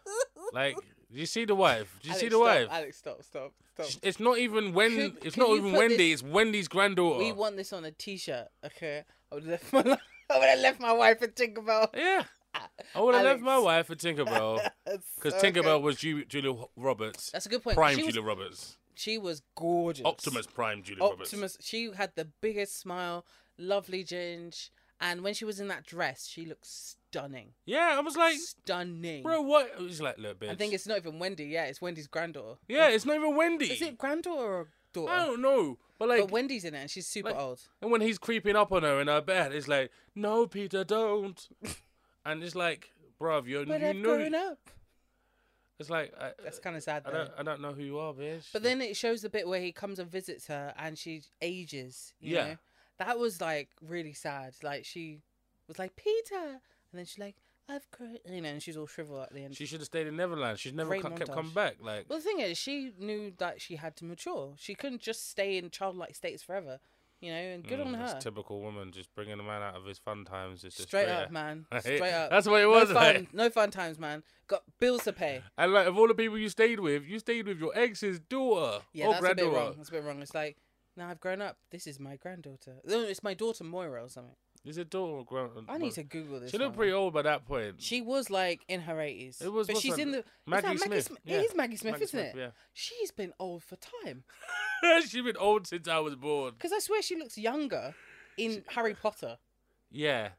Speaker 1: [laughs] like. You see the wife? Do you
Speaker 2: Alex,
Speaker 1: see the
Speaker 2: stop,
Speaker 1: wife?
Speaker 2: Alex, stop, stop, stop.
Speaker 1: Sh- It's not even when.
Speaker 2: Could-
Speaker 1: it's
Speaker 2: could
Speaker 1: not
Speaker 2: you
Speaker 1: even
Speaker 2: put
Speaker 1: Wendy.
Speaker 2: this-
Speaker 1: It's Wendy's granddaughter.
Speaker 2: We want this on a T-shirt, okay? I would have left my li- [laughs] I would have left my wife at Tinkerbell.
Speaker 1: yeah. I would have left my
Speaker 2: Alex.
Speaker 1: wife for Tinkerbell because
Speaker 2: [laughs] So good.
Speaker 1: Tinkerbell was Ju- Julia Roberts,
Speaker 2: That's a good point. 'cause
Speaker 1: prime
Speaker 2: she was,
Speaker 1: Julia Roberts.
Speaker 2: she was gorgeous.
Speaker 1: Optimus Prime Julia Roberts.
Speaker 2: Optimus. She had the biggest smile, lovely ginge, and when she was in that dress, she looked stunning,
Speaker 1: Yeah, I was like,
Speaker 2: stunning.
Speaker 1: bro, what? He's like, look, bitch.
Speaker 2: I think it's not even Wendy. Yeah, it's Wendy's granddaughter.
Speaker 1: yeah, it's not even Wendy.
Speaker 2: Is it granddaughter or daughter?
Speaker 1: I don't know, but like,
Speaker 2: but Wendy's in it, and she's super
Speaker 1: like-
Speaker 2: old.
Speaker 1: and when he's creeping up on her in her bed, it's like, no, Peter,
Speaker 2: [laughs]
Speaker 1: don't. and it's like, bruv, you're
Speaker 2: But
Speaker 1: you
Speaker 2: I've
Speaker 1: know.
Speaker 2: grown up.
Speaker 1: It's like, I,
Speaker 2: That's kind of sad
Speaker 1: I
Speaker 2: though.
Speaker 1: don't, I don't know who you are, bitch.
Speaker 2: But then it shows the bit where he comes and visits her and she ages. You
Speaker 1: Yeah.
Speaker 2: Know? That was like really sad. Like she was like, Peter. And then she's like, I've cried. You know, and she's all shriveled at the end.
Speaker 1: she should have stayed in Neverland. She's never
Speaker 2: Great
Speaker 1: co- kept
Speaker 2: montage.
Speaker 1: coming back. Like,
Speaker 2: well, the thing is, she knew that she had to mature. She couldn't just stay in childlike states forever. You know, and good
Speaker 1: mm,
Speaker 2: on
Speaker 1: this
Speaker 2: her.
Speaker 1: Typical woman, just bringing a man out of his fun times. It's just
Speaker 2: Straight
Speaker 1: yeah.
Speaker 2: up, man.
Speaker 1: [laughs]
Speaker 2: Straight up.
Speaker 1: That's what it
Speaker 2: no
Speaker 1: was.
Speaker 2: fun,
Speaker 1: like.
Speaker 2: no fun times, man. Got bills to pay.
Speaker 1: And like, of all the people you stayed with, you stayed with your ex's daughter Oh,
Speaker 2: Yeah,
Speaker 1: or
Speaker 2: that's a bit wrong.
Speaker 1: granddaughter.
Speaker 2: That's a bit wrong. It's like, now I've grown up. This is my granddaughter. No, it's my daughter Moira or something.
Speaker 1: Is it daughter or grand?
Speaker 2: I need to Google this.
Speaker 1: She
Speaker 2: one.
Speaker 1: looked pretty old by that point.
Speaker 2: She was like in her eighties.
Speaker 1: It was-
Speaker 2: but
Speaker 1: what's
Speaker 2: she's
Speaker 1: her-
Speaker 2: in the is that
Speaker 1: Maggie Smith.
Speaker 2: Sm-
Speaker 1: Yeah.
Speaker 2: It is Maggie Smith,
Speaker 1: Maggie
Speaker 2: isn't
Speaker 1: Smith,
Speaker 2: it? She's been old for time
Speaker 1: Yeah. [laughs] She's been old since I was born.
Speaker 2: because I swear she looks younger in Harry Potter.
Speaker 1: Yeah.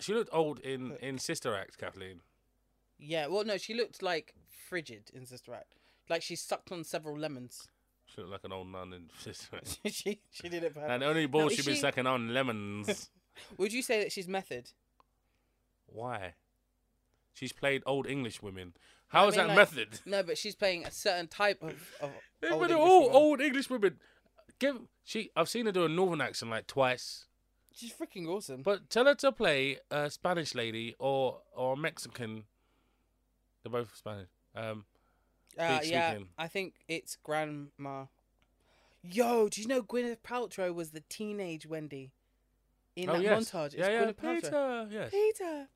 Speaker 1: She looked old in, in Sister Act, Kathleen.
Speaker 2: Yeah, well, no, she looked like frigid in Sister Act. Like she sucked on several lemons. [laughs]
Speaker 1: She looked like an old nun in [laughs] Sister Act.
Speaker 2: she she did it perfect.
Speaker 1: And the only ball
Speaker 2: is
Speaker 1: she'd been
Speaker 2: she-
Speaker 1: sucking on
Speaker 2: [laughs]
Speaker 1: lemons.
Speaker 2: Would you say that she's method?
Speaker 1: Why? She's played old English women. How is
Speaker 2: mean,
Speaker 1: that
Speaker 2: like,
Speaker 1: method?
Speaker 2: No, but she's playing a certain type of. of
Speaker 1: They've
Speaker 2: old
Speaker 1: been
Speaker 2: English
Speaker 1: all
Speaker 2: woman.
Speaker 1: oh, old English women. Give she. I've seen her do a northern accent like twice.
Speaker 2: She's freaking awesome.
Speaker 1: But tell her to play a Spanish lady or or a Mexican. They're both Spanish. Um,
Speaker 2: Uh,
Speaker 1: Big
Speaker 2: yeah,
Speaker 1: speaking.
Speaker 2: I think it's grandma. Yo, do you know Gwyneth Paltrow was the teenage Wendy in
Speaker 1: oh,
Speaker 2: that
Speaker 1: yes.
Speaker 2: montage. It's
Speaker 1: yeah, yeah.
Speaker 2: Gwyneth Paltrow.
Speaker 1: Peter. Yes.
Speaker 2: Peter.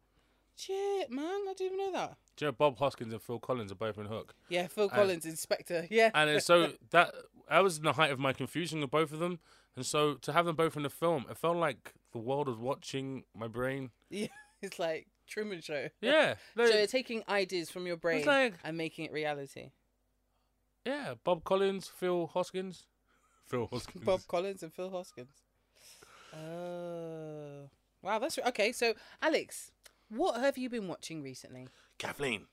Speaker 2: Shit, man, I didn't even know that.
Speaker 1: Do you know Bob Hoskins and Phil Collins are both in Hook?
Speaker 2: Yeah, Phil Collins, Inspector. [laughs] Yeah.
Speaker 1: And it's so that I was in the height of my confusion with both of them, and so to have them both in the film, it felt like the world was watching my brain.
Speaker 2: yeah, it's like Truman Show.
Speaker 1: Yeah,
Speaker 2: So
Speaker 1: they-
Speaker 2: you're taking ideas from your brain
Speaker 1: like-
Speaker 2: and making
Speaker 1: [laughs]
Speaker 2: it reality.
Speaker 1: yeah. Bob Collins, Phil Hoskins, [laughs] Phil Hoskins.
Speaker 2: Bob Collins and Phil Hoskins. Oh, wow, that's okay. So, Alex, what have you been watching recently?
Speaker 1: Kathleen.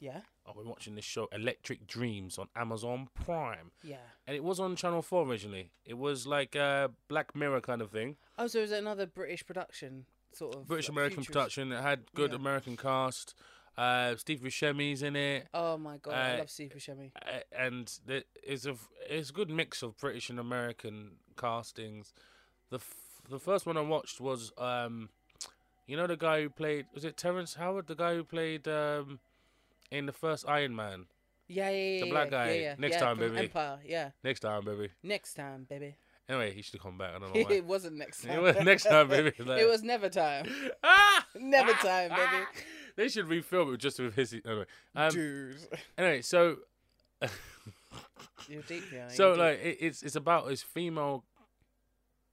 Speaker 2: Yeah,
Speaker 1: I've been Oh, watching this show, Electric Dreams, on Amazon Prime,
Speaker 2: yeah.
Speaker 1: and it was on Channel Four originally. It was like a Black Mirror kind of thing.
Speaker 2: Oh, so is it another British production sort of
Speaker 1: British
Speaker 2: like,
Speaker 1: American
Speaker 2: uh, futurist-
Speaker 1: production. It had good
Speaker 2: Yeah.
Speaker 1: American cast. Uh, Steve Buscemi's in it,
Speaker 2: Oh my god, I
Speaker 1: Uh,
Speaker 2: love Steve Buscemi.
Speaker 1: uh, and the, it's a f- it's a good mix of British and American castings. The f- the first one I watched was um, you know the guy who played was it Terrence Howard, the guy who played um, in the first Iron Man.
Speaker 2: Yeah, yeah, yeah.
Speaker 1: the
Speaker 2: yeah,
Speaker 1: black
Speaker 2: yeah,
Speaker 1: guy.
Speaker 2: Yeah, yeah.
Speaker 1: Next
Speaker 2: yeah,
Speaker 1: time,
Speaker 2: from
Speaker 1: baby.
Speaker 2: Empire. Yeah,
Speaker 1: Next time, baby.
Speaker 2: next time, baby.
Speaker 1: Anyway, he should [laughs] come back. I don't know why.
Speaker 2: [laughs] it wasn't next time.
Speaker 1: It was next time, baby. Like-
Speaker 2: [laughs] it was never time. [laughs]
Speaker 1: ah! [laughs]
Speaker 2: Never time, baby.
Speaker 1: They should refilm it just with his. Anyway, um,
Speaker 2: Dude,
Speaker 1: anyway
Speaker 2: [laughs]
Speaker 1: so
Speaker 2: you're deep [laughs] now.
Speaker 1: So
Speaker 2: you're
Speaker 1: like it, it's it's about this female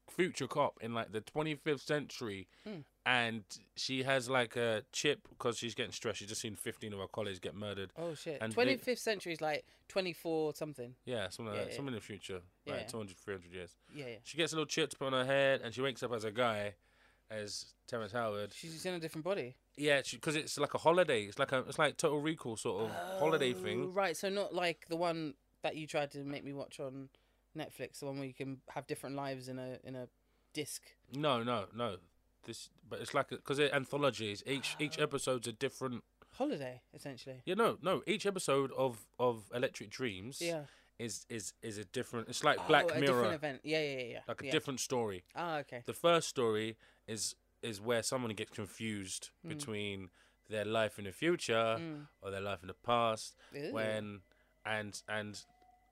Speaker 1: future cop in like the 25th century,
Speaker 2: Mm.
Speaker 1: and she has like a chip because she's getting stressed. She's just seen 15 of her colleagues get murdered.
Speaker 2: deep. oh shit.
Speaker 1: and they-
Speaker 2: Twenty fifth century is like twenty four something.
Speaker 1: Yeah, something like
Speaker 2: Yeah,
Speaker 1: that.
Speaker 2: yeah.
Speaker 1: Something in the future, like
Speaker 2: Yeah.
Speaker 1: 200, 300 years.
Speaker 2: Yeah, yeah.
Speaker 1: She gets a little chip to put on her head, and she wakes up as a guy, as Terrence Howard.
Speaker 2: She's just in a different body.
Speaker 1: Yeah, because it's like a holiday. It's like a it's like Total Recall sort of holiday
Speaker 2: Oh,
Speaker 1: thing.
Speaker 2: Right, so not like the one that you tried to make me watch on Netflix, the one where you can have different lives in a in a disc.
Speaker 1: No, no, no. This, but it's like because they're anthologies. Each each
Speaker 2: Oh.
Speaker 1: episode's a different
Speaker 2: Holiday, essentially.
Speaker 1: Yeah, no, no. Each episode of of Electric Dreams
Speaker 2: Yeah.
Speaker 1: is is is a different. It's like Black
Speaker 2: oh, a
Speaker 1: Mirror,
Speaker 2: different event. Yeah, yeah, yeah. yeah.
Speaker 1: like a
Speaker 2: yeah.
Speaker 1: different story.
Speaker 2: Ah, okay.
Speaker 1: The first story is is where someone gets confused
Speaker 2: Mm.
Speaker 1: between their life in the future
Speaker 2: Mm.
Speaker 1: or their life in the past,
Speaker 2: Ooh.
Speaker 1: when and and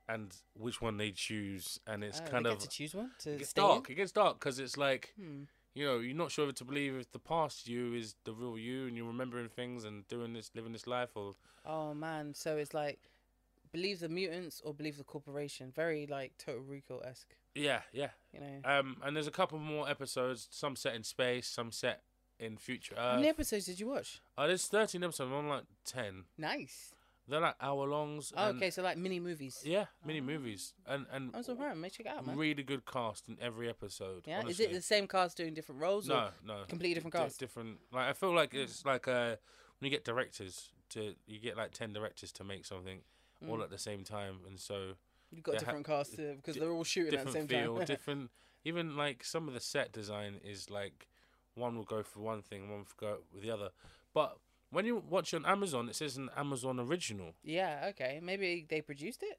Speaker 1: and which one they choose, and it's
Speaker 2: Oh,
Speaker 1: kind
Speaker 2: they
Speaker 1: of
Speaker 2: get to choose one
Speaker 1: it
Speaker 2: to
Speaker 1: gets
Speaker 2: stay
Speaker 1: dark. It gets dark because it's like
Speaker 2: In? Hmm.
Speaker 1: you know you're not sure whether to believe if the past you is the real you, and you're remembering things and doing this, living this life, or
Speaker 2: Oh man, so it's like believe the mutants or believe the corporation. Very like Total Recall esque,
Speaker 1: yeah, yeah.
Speaker 2: you know.
Speaker 1: Um, and there's a couple more episodes. Some set in space, some set in future
Speaker 2: How
Speaker 1: Earth.
Speaker 2: many episodes did you watch?
Speaker 1: Uh, there's 13 episodes. I'm on like 10.
Speaker 2: Nice.
Speaker 1: They're like hour longs.
Speaker 2: Oh, okay, Oh. so like mini movies.
Speaker 1: Yeah, mini movies and and
Speaker 2: Amazon Prime, may check it out, man.
Speaker 1: really good cast in every episode.
Speaker 2: Yeah,
Speaker 1: honestly.
Speaker 2: is it the same cast doing different roles?
Speaker 1: no,
Speaker 2: or
Speaker 1: no,
Speaker 2: completely different
Speaker 1: Di-
Speaker 2: cast?
Speaker 1: different. Like I feel
Speaker 2: Mm.
Speaker 1: like it's like uh, when you get directors to you get like 10 directors to make something
Speaker 2: Mm.
Speaker 1: all at the same time, and so
Speaker 2: You've got
Speaker 1: they ha-
Speaker 2: different cast uh, because
Speaker 1: di-
Speaker 2: they're all shooting at the same
Speaker 1: different feel,
Speaker 2: time. [laughs]
Speaker 1: different. Even like some of the set design is like one will go for one thing, one will go with the other. But when you watch on Amazon, it says an Amazon original.
Speaker 2: yeah, okay. Maybe they produced it.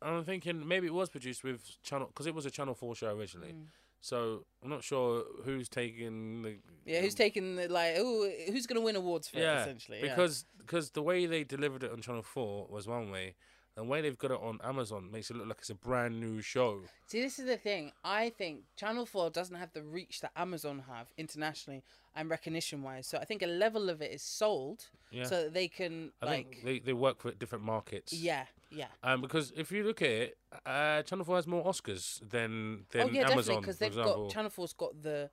Speaker 1: And I'm thinking maybe it was produced with Channel because it was a Channel Four show originally.
Speaker 2: Mm.
Speaker 1: So I'm not sure who's taking the
Speaker 2: Yeah, who's taking the like? Ooh, who's gonna win awards for it?
Speaker 1: Um, Yeah,
Speaker 2: Essentially, yeah.
Speaker 1: because because the way they delivered it on Channel Four was one way. and The way they've got it on Amazon makes it look like it's a brand new show.
Speaker 2: see, this is the thing. I think Channel Four doesn't have the reach that Amazon have internationally and recognition wise. So I think a level of it is sold
Speaker 1: Yeah.
Speaker 2: so that they can
Speaker 1: I
Speaker 2: like.
Speaker 1: think they, they work for different markets.
Speaker 2: yeah, yeah.
Speaker 1: Um, because if you look at it, uh, Channel Four has more Oscars than than
Speaker 2: Oh, yeah, definitely,
Speaker 1: Amazon,
Speaker 2: because
Speaker 1: for
Speaker 2: they've
Speaker 1: example.
Speaker 2: got Channel Four's got the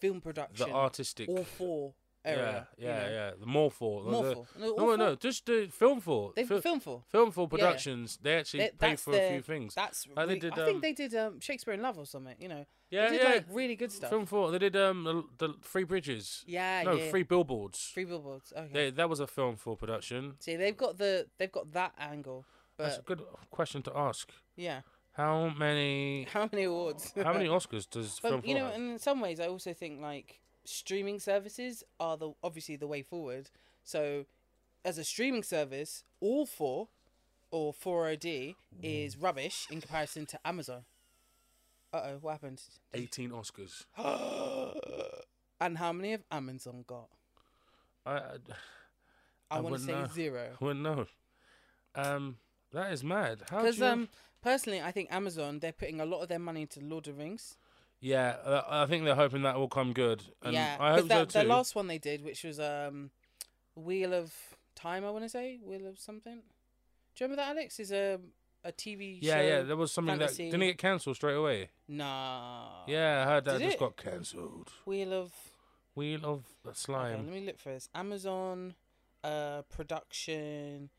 Speaker 2: film
Speaker 1: the
Speaker 2: production,
Speaker 1: artistic,
Speaker 2: all four
Speaker 1: yeah,
Speaker 2: era. you
Speaker 1: yeah,
Speaker 2: know.
Speaker 1: yeah, the more for, the-
Speaker 2: More
Speaker 1: the-
Speaker 2: for. No, all
Speaker 1: no,
Speaker 2: four.
Speaker 1: no, just the film for,
Speaker 2: They've
Speaker 1: Fil-
Speaker 2: film for.
Speaker 1: film for productions. They actually
Speaker 2: They-
Speaker 1: pay
Speaker 2: that's
Speaker 1: for a
Speaker 2: their-
Speaker 1: few things.
Speaker 2: That's
Speaker 1: Like they
Speaker 2: really-
Speaker 1: did,
Speaker 2: I think
Speaker 1: um,
Speaker 2: they did um, Shakespeare in Love or something. You know,
Speaker 1: yeah,
Speaker 2: they did
Speaker 1: yeah,
Speaker 2: like really good stuff.
Speaker 1: film for. They did um the, the Three Bridges.
Speaker 2: yeah,
Speaker 1: no,
Speaker 2: yeah.
Speaker 1: Three Billboards.
Speaker 2: Free billboards. Okay.
Speaker 1: They, that was a film for production.
Speaker 2: See, they've got the they've got that angle,
Speaker 1: That's
Speaker 2: but
Speaker 1: a good question to ask.
Speaker 2: yeah,
Speaker 1: How many?
Speaker 2: how many awards?
Speaker 1: How
Speaker 2: [laughs]
Speaker 1: many Oscars does film
Speaker 2: But
Speaker 1: for
Speaker 2: you know,
Speaker 1: have?
Speaker 2: and in some ways, I also think like streaming services are the obviously the way forward. So, as a streaming service, all four or four OD is rubbish in comparison to Amazon. Uh oh,
Speaker 1: [gasps]
Speaker 2: what happened?
Speaker 1: Eighteen Oscars.
Speaker 2: and how many have Amazon got?
Speaker 1: I I,
Speaker 2: I,
Speaker 1: I
Speaker 2: want to
Speaker 1: wouldn't
Speaker 2: say
Speaker 1: know.
Speaker 2: zero.
Speaker 1: Well, no. Um, that is mad. How do
Speaker 2: Because
Speaker 1: you?
Speaker 2: um, personally, I think Amazon they're putting a lot of their money into Lord of the Rings.
Speaker 1: Yeah, uh, I think they're hoping that will come good. And
Speaker 2: yeah,
Speaker 1: I
Speaker 2: 'cause
Speaker 1: hope
Speaker 2: that,
Speaker 1: so too.
Speaker 2: the last one they did, which was um, Wheel of Time, I want to say Wheel of something. Do you remember that Alex? Is a a TV
Speaker 1: yeah,
Speaker 2: show?
Speaker 1: yeah, there was something that didn't
Speaker 2: fantasy.
Speaker 1: it get cancelled straight away.
Speaker 2: Nah.
Speaker 1: yeah, I heard that
Speaker 2: did
Speaker 1: just
Speaker 2: it?
Speaker 1: got cancelled.
Speaker 2: Wheel of.
Speaker 1: Wheel of
Speaker 2: Okay,
Speaker 1: Slime.
Speaker 2: let me look for this. Amazon, uh, production,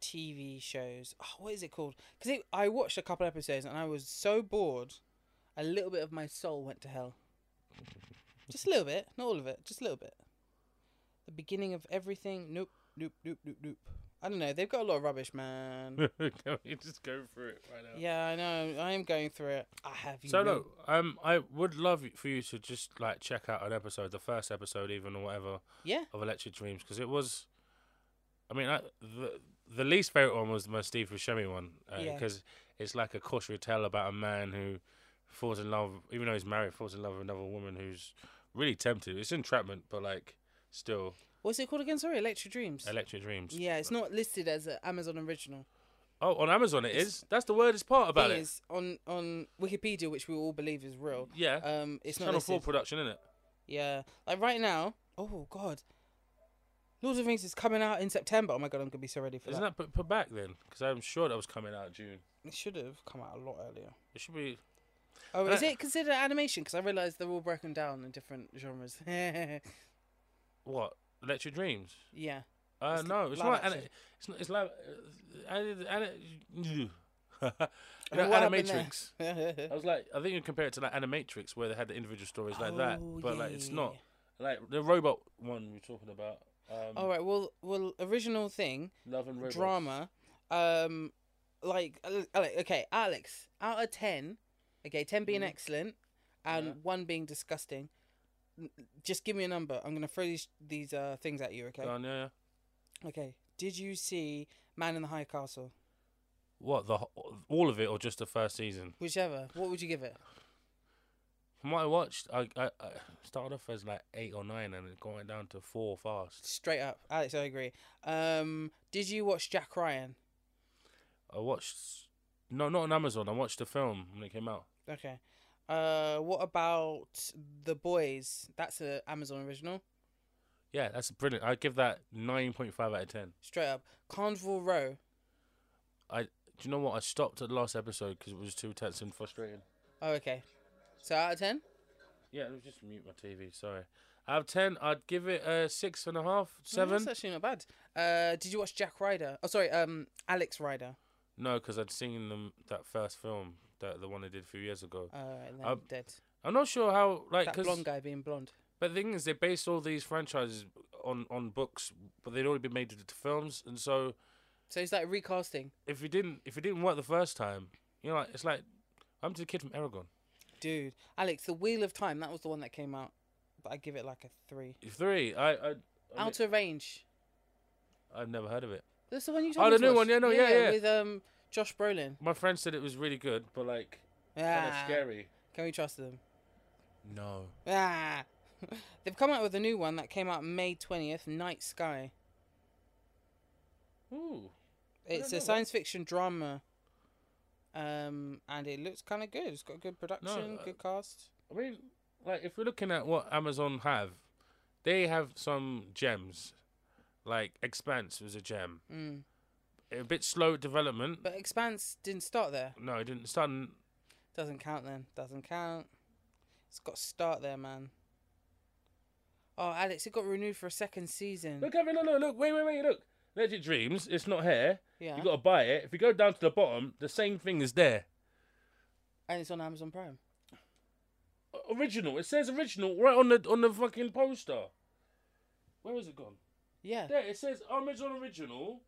Speaker 2: TV shows. Oh, what is it called? Because I watched a couple episodes and I was so bored. A little bit of my soul went to hell. Just a little bit, not all of it, just a little bit. The beginning of everything. Nope, nope, nope, nope, nope. I don't know. They've got a lot of rubbish, man.
Speaker 1: [laughs] Can we just go through it right now?
Speaker 2: yeah, I know. I am going through it. I have you.
Speaker 1: So
Speaker 2: know-
Speaker 1: look, um, I would love y- for you to just like check out an episode, the first episode even or whatever
Speaker 2: Yeah.
Speaker 1: of Electric Dreams, because it was, I mean, I, the the least favorite one was the Steve Buscemi one,
Speaker 2: Yeah.
Speaker 1: because it's like a cautionary tale about a man who falls in love, even though he's married, falls in love with another woman who's really tempted. It's entrapment, but like still
Speaker 2: What's it called again? Sorry, Electric Dreams.
Speaker 1: Electric Dreams.
Speaker 2: yeah, it's not listed as an Amazon original.
Speaker 1: Oh, on Amazon it is. That's the weirdest part about
Speaker 2: thing
Speaker 1: it.
Speaker 2: is on on Wikipedia, which we all believe is real.
Speaker 1: yeah,
Speaker 2: Um, it's not
Speaker 1: Channel Four
Speaker 2: listed.
Speaker 1: production, isn't it?
Speaker 2: Yeah, like right now. Oh God, Lord of the Rings is coming out in September. Oh my God, I'm gonna be so ready for
Speaker 1: Isn't that
Speaker 2: that.
Speaker 1: put, put back then? Because I'm sure that was coming out June.
Speaker 2: It should have come out a lot earlier.
Speaker 1: It should be.
Speaker 2: Oh, is
Speaker 1: Uh,
Speaker 2: it considered animation? Because I realised they're all broken down in different genres. [laughs] yeah,
Speaker 1: What? Electric Dreams?
Speaker 2: yeah,
Speaker 1: Uh,
Speaker 2: It's
Speaker 1: no, it's
Speaker 2: live
Speaker 1: not, ani-
Speaker 2: action.
Speaker 1: it's not. It's like uh, ani-
Speaker 2: [laughs]
Speaker 1: ani-
Speaker 2: I don't
Speaker 1: no,
Speaker 2: know what happened there.
Speaker 1: Animatrix. I was like, I think you compare it to like Animatrix, where they had the individual stories like that,
Speaker 2: Oh,
Speaker 1: but
Speaker 2: yeah,
Speaker 1: like
Speaker 2: yeah,
Speaker 1: it's
Speaker 2: yeah,
Speaker 1: not like the robot one we're talking about. Um,
Speaker 2: yeah. All right. Well, well, original thing.
Speaker 1: Love and Robots.
Speaker 2: Oh, drama. Um, like, uh, like, okay, Alex, out of ten, okay, ten being
Speaker 1: Mhm.
Speaker 2: excellent, and
Speaker 1: Yeah.
Speaker 2: one being disgusting. n- Just give me a number. I'm gonna throw these these uh, things at you. Okay.
Speaker 1: Go on, yeah, yeah.
Speaker 2: Okay. Did you see Man in the High Castle?
Speaker 1: What the ho- all of it or just the first season?
Speaker 2: Whichever. What would you give it?
Speaker 1: From what I watched, I, I, I started off as like eight or nine, and it going down to four fast.
Speaker 2: Straight up, Alex. I agree. Um, did you watch Jack Ryan?
Speaker 1: I watched no, not on Amazon. I watched the film when it came out.
Speaker 2: Okay. Uh, what about The Boys? That's a Amazon original.
Speaker 1: Yeah, that's brilliant. I give that nine point five out of ten.
Speaker 2: Straight up, Carnival Row.
Speaker 1: Do you know what? I stopped at the last episode because it was too tense and frustrating.
Speaker 2: Oh, okay. So out of ten.
Speaker 1: Yeah, let me just mute my TV. Sorry. Out of ten, I'd give it a six and a half,
Speaker 2: No,
Speaker 1: seven.
Speaker 2: that's actually not bad. Uh, did you watch Jack Ryder? Oh, sorry, um, Alex Ryder.
Speaker 1: No, because I'd seen them that first film, that the one they did a few years ago.
Speaker 2: Uh, and then
Speaker 1: Um,
Speaker 2: dead.
Speaker 1: I'm not sure how like
Speaker 2: That
Speaker 1: 'cause-
Speaker 2: blonde guy being blonde.
Speaker 1: But the thing is, they based all these franchises on on books, but they'd already been made into films, and so
Speaker 2: So it's like recasting,
Speaker 1: if it didn't if it didn't work the first time, you know, like, it's like I'm just a kid from Aragon.
Speaker 2: dude. Alex, The Wheel of Time. That was the one that came out, but I give it like a three.
Speaker 1: Three, I I I
Speaker 2: Outer Range.
Speaker 1: I've never heard of it.
Speaker 2: That's the one you
Speaker 1: Oh,
Speaker 2: told me
Speaker 1: the
Speaker 2: to
Speaker 1: new
Speaker 2: watch.
Speaker 1: one, yeah, no, yeah, yeah.
Speaker 2: With um, Josh Brolin.
Speaker 1: My friend said it was really good, but like kind of
Speaker 2: Ah,
Speaker 1: scary.
Speaker 2: can we trust them?
Speaker 1: No.
Speaker 2: Ah. [laughs] They've come out with a new one that came out May twentieth, Night Sky.
Speaker 1: Ooh. don't
Speaker 2: It's
Speaker 1: know
Speaker 2: a
Speaker 1: that.
Speaker 2: science fiction drama. Um, and it looks kind of good. It's got good production,
Speaker 1: uh,
Speaker 2: good cast.
Speaker 1: I mean, like if we're looking at what Amazon have, they have some gems. Like Expanse was a gem.
Speaker 2: Mm.
Speaker 1: A bit slow development.
Speaker 2: But Expanse didn't start there.
Speaker 1: no, it didn't start. in-
Speaker 2: Doesn't count then. Doesn't count. It's got to start there, man. Oh, Alex, it got renewed for a second season.
Speaker 1: Look, Kevin, look, look, look, wait, wait, wait, look. Legit Dreams, it's not here.
Speaker 2: yeah.
Speaker 1: You gotta buy it. If you go down to the bottom, the same thing is there.
Speaker 2: and it's on Amazon Prime.
Speaker 1: O- Original. It says original right on the on the fucking poster. Where has it gone?
Speaker 2: Yeah.
Speaker 1: There, it says Amazon original.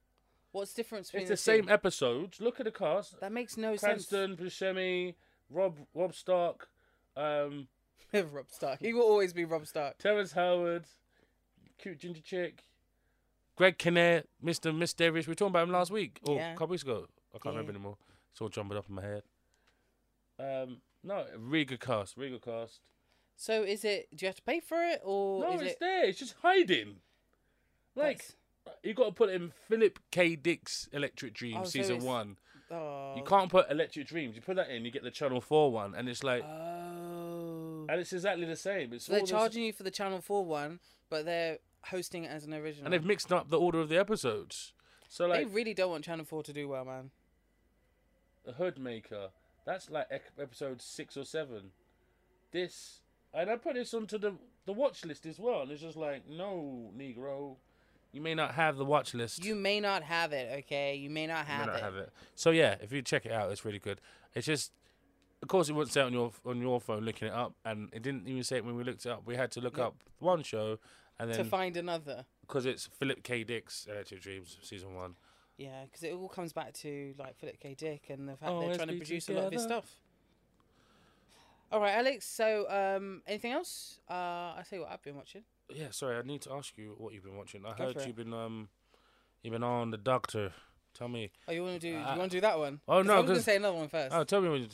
Speaker 2: What's the difference between
Speaker 1: It's the same
Speaker 2: two?
Speaker 1: episodes. Look at the cast.
Speaker 2: That makes no
Speaker 1: Cranston, Buscemi, Rob Rob Stark, um,
Speaker 2: sense. [laughs] Rob Stark. He will always be Rob Stark.
Speaker 1: Terrence Howard, cute ginger chick, Greg Kinnear, Mr. Mysterious. We were talking about him last week or
Speaker 2: Yeah.
Speaker 1: a couple weeks ago. I can't
Speaker 2: Yeah.
Speaker 1: remember anymore. It's all jumbled up in my head. Um, no, really good cast, really good cast.
Speaker 2: So is it? Do you have to pay for it, or
Speaker 1: no,
Speaker 2: is
Speaker 1: it's
Speaker 2: it?
Speaker 1: there. It's just hiding. Like
Speaker 2: that's-
Speaker 1: you got to put in Philip K. Dick's Electric Dream
Speaker 2: Oh, so
Speaker 1: season
Speaker 2: it's-
Speaker 1: one.
Speaker 2: oh,
Speaker 1: You can't put Electric Dreams. You put that in, you get the Channel Four one, and it's like
Speaker 2: Oh. Oh.
Speaker 1: and it's exactly the same. It's all
Speaker 2: They're
Speaker 1: this-
Speaker 2: charging you for the Channel 4 one, but they're hosting it as an original.
Speaker 1: and they've mixed up the order of the episodes. So
Speaker 2: they
Speaker 1: like
Speaker 2: really don't want Channel 4 to do well, man.
Speaker 1: the Hoodmaker, that's like ec- episode six or seven. This, and I put this onto the the watch list as well, and it's just like, no, Negro, you may not have the watch list.
Speaker 2: You may not have it, okay? You may not
Speaker 1: You may
Speaker 2: have
Speaker 1: not
Speaker 2: it.
Speaker 1: have it. So yeah, if you check it out, it's really good. It's just, of course, it wouldn't say on your on your phone looking it up, and it didn't even say it when we looked it up. We had to look
Speaker 2: Yep.
Speaker 1: up one show, and
Speaker 2: To
Speaker 1: then
Speaker 2: find another.
Speaker 1: because it's Philip K. Dick's Electric Dreams season one.
Speaker 2: Yeah, because it all comes back to like Philip K. Dick and the fact they're
Speaker 1: Always
Speaker 2: trying to
Speaker 1: be
Speaker 2: produce a lot of his
Speaker 1: together.
Speaker 2: stuff. All right, Alex. So, um, anything else? Uh, I tell you what I've been watching.
Speaker 1: Yeah, sorry, I need to ask you what you've been watching. I
Speaker 2: Go
Speaker 1: heard
Speaker 2: for it.
Speaker 1: you've been um, you've been on the Doctor. Tell me.
Speaker 2: Oh, you want to do?
Speaker 1: Uh,
Speaker 2: you want to do that one?
Speaker 1: oh, no,
Speaker 2: I was gonna
Speaker 1: 'cause-
Speaker 2: say another one first.
Speaker 1: Oh, tell me what. You,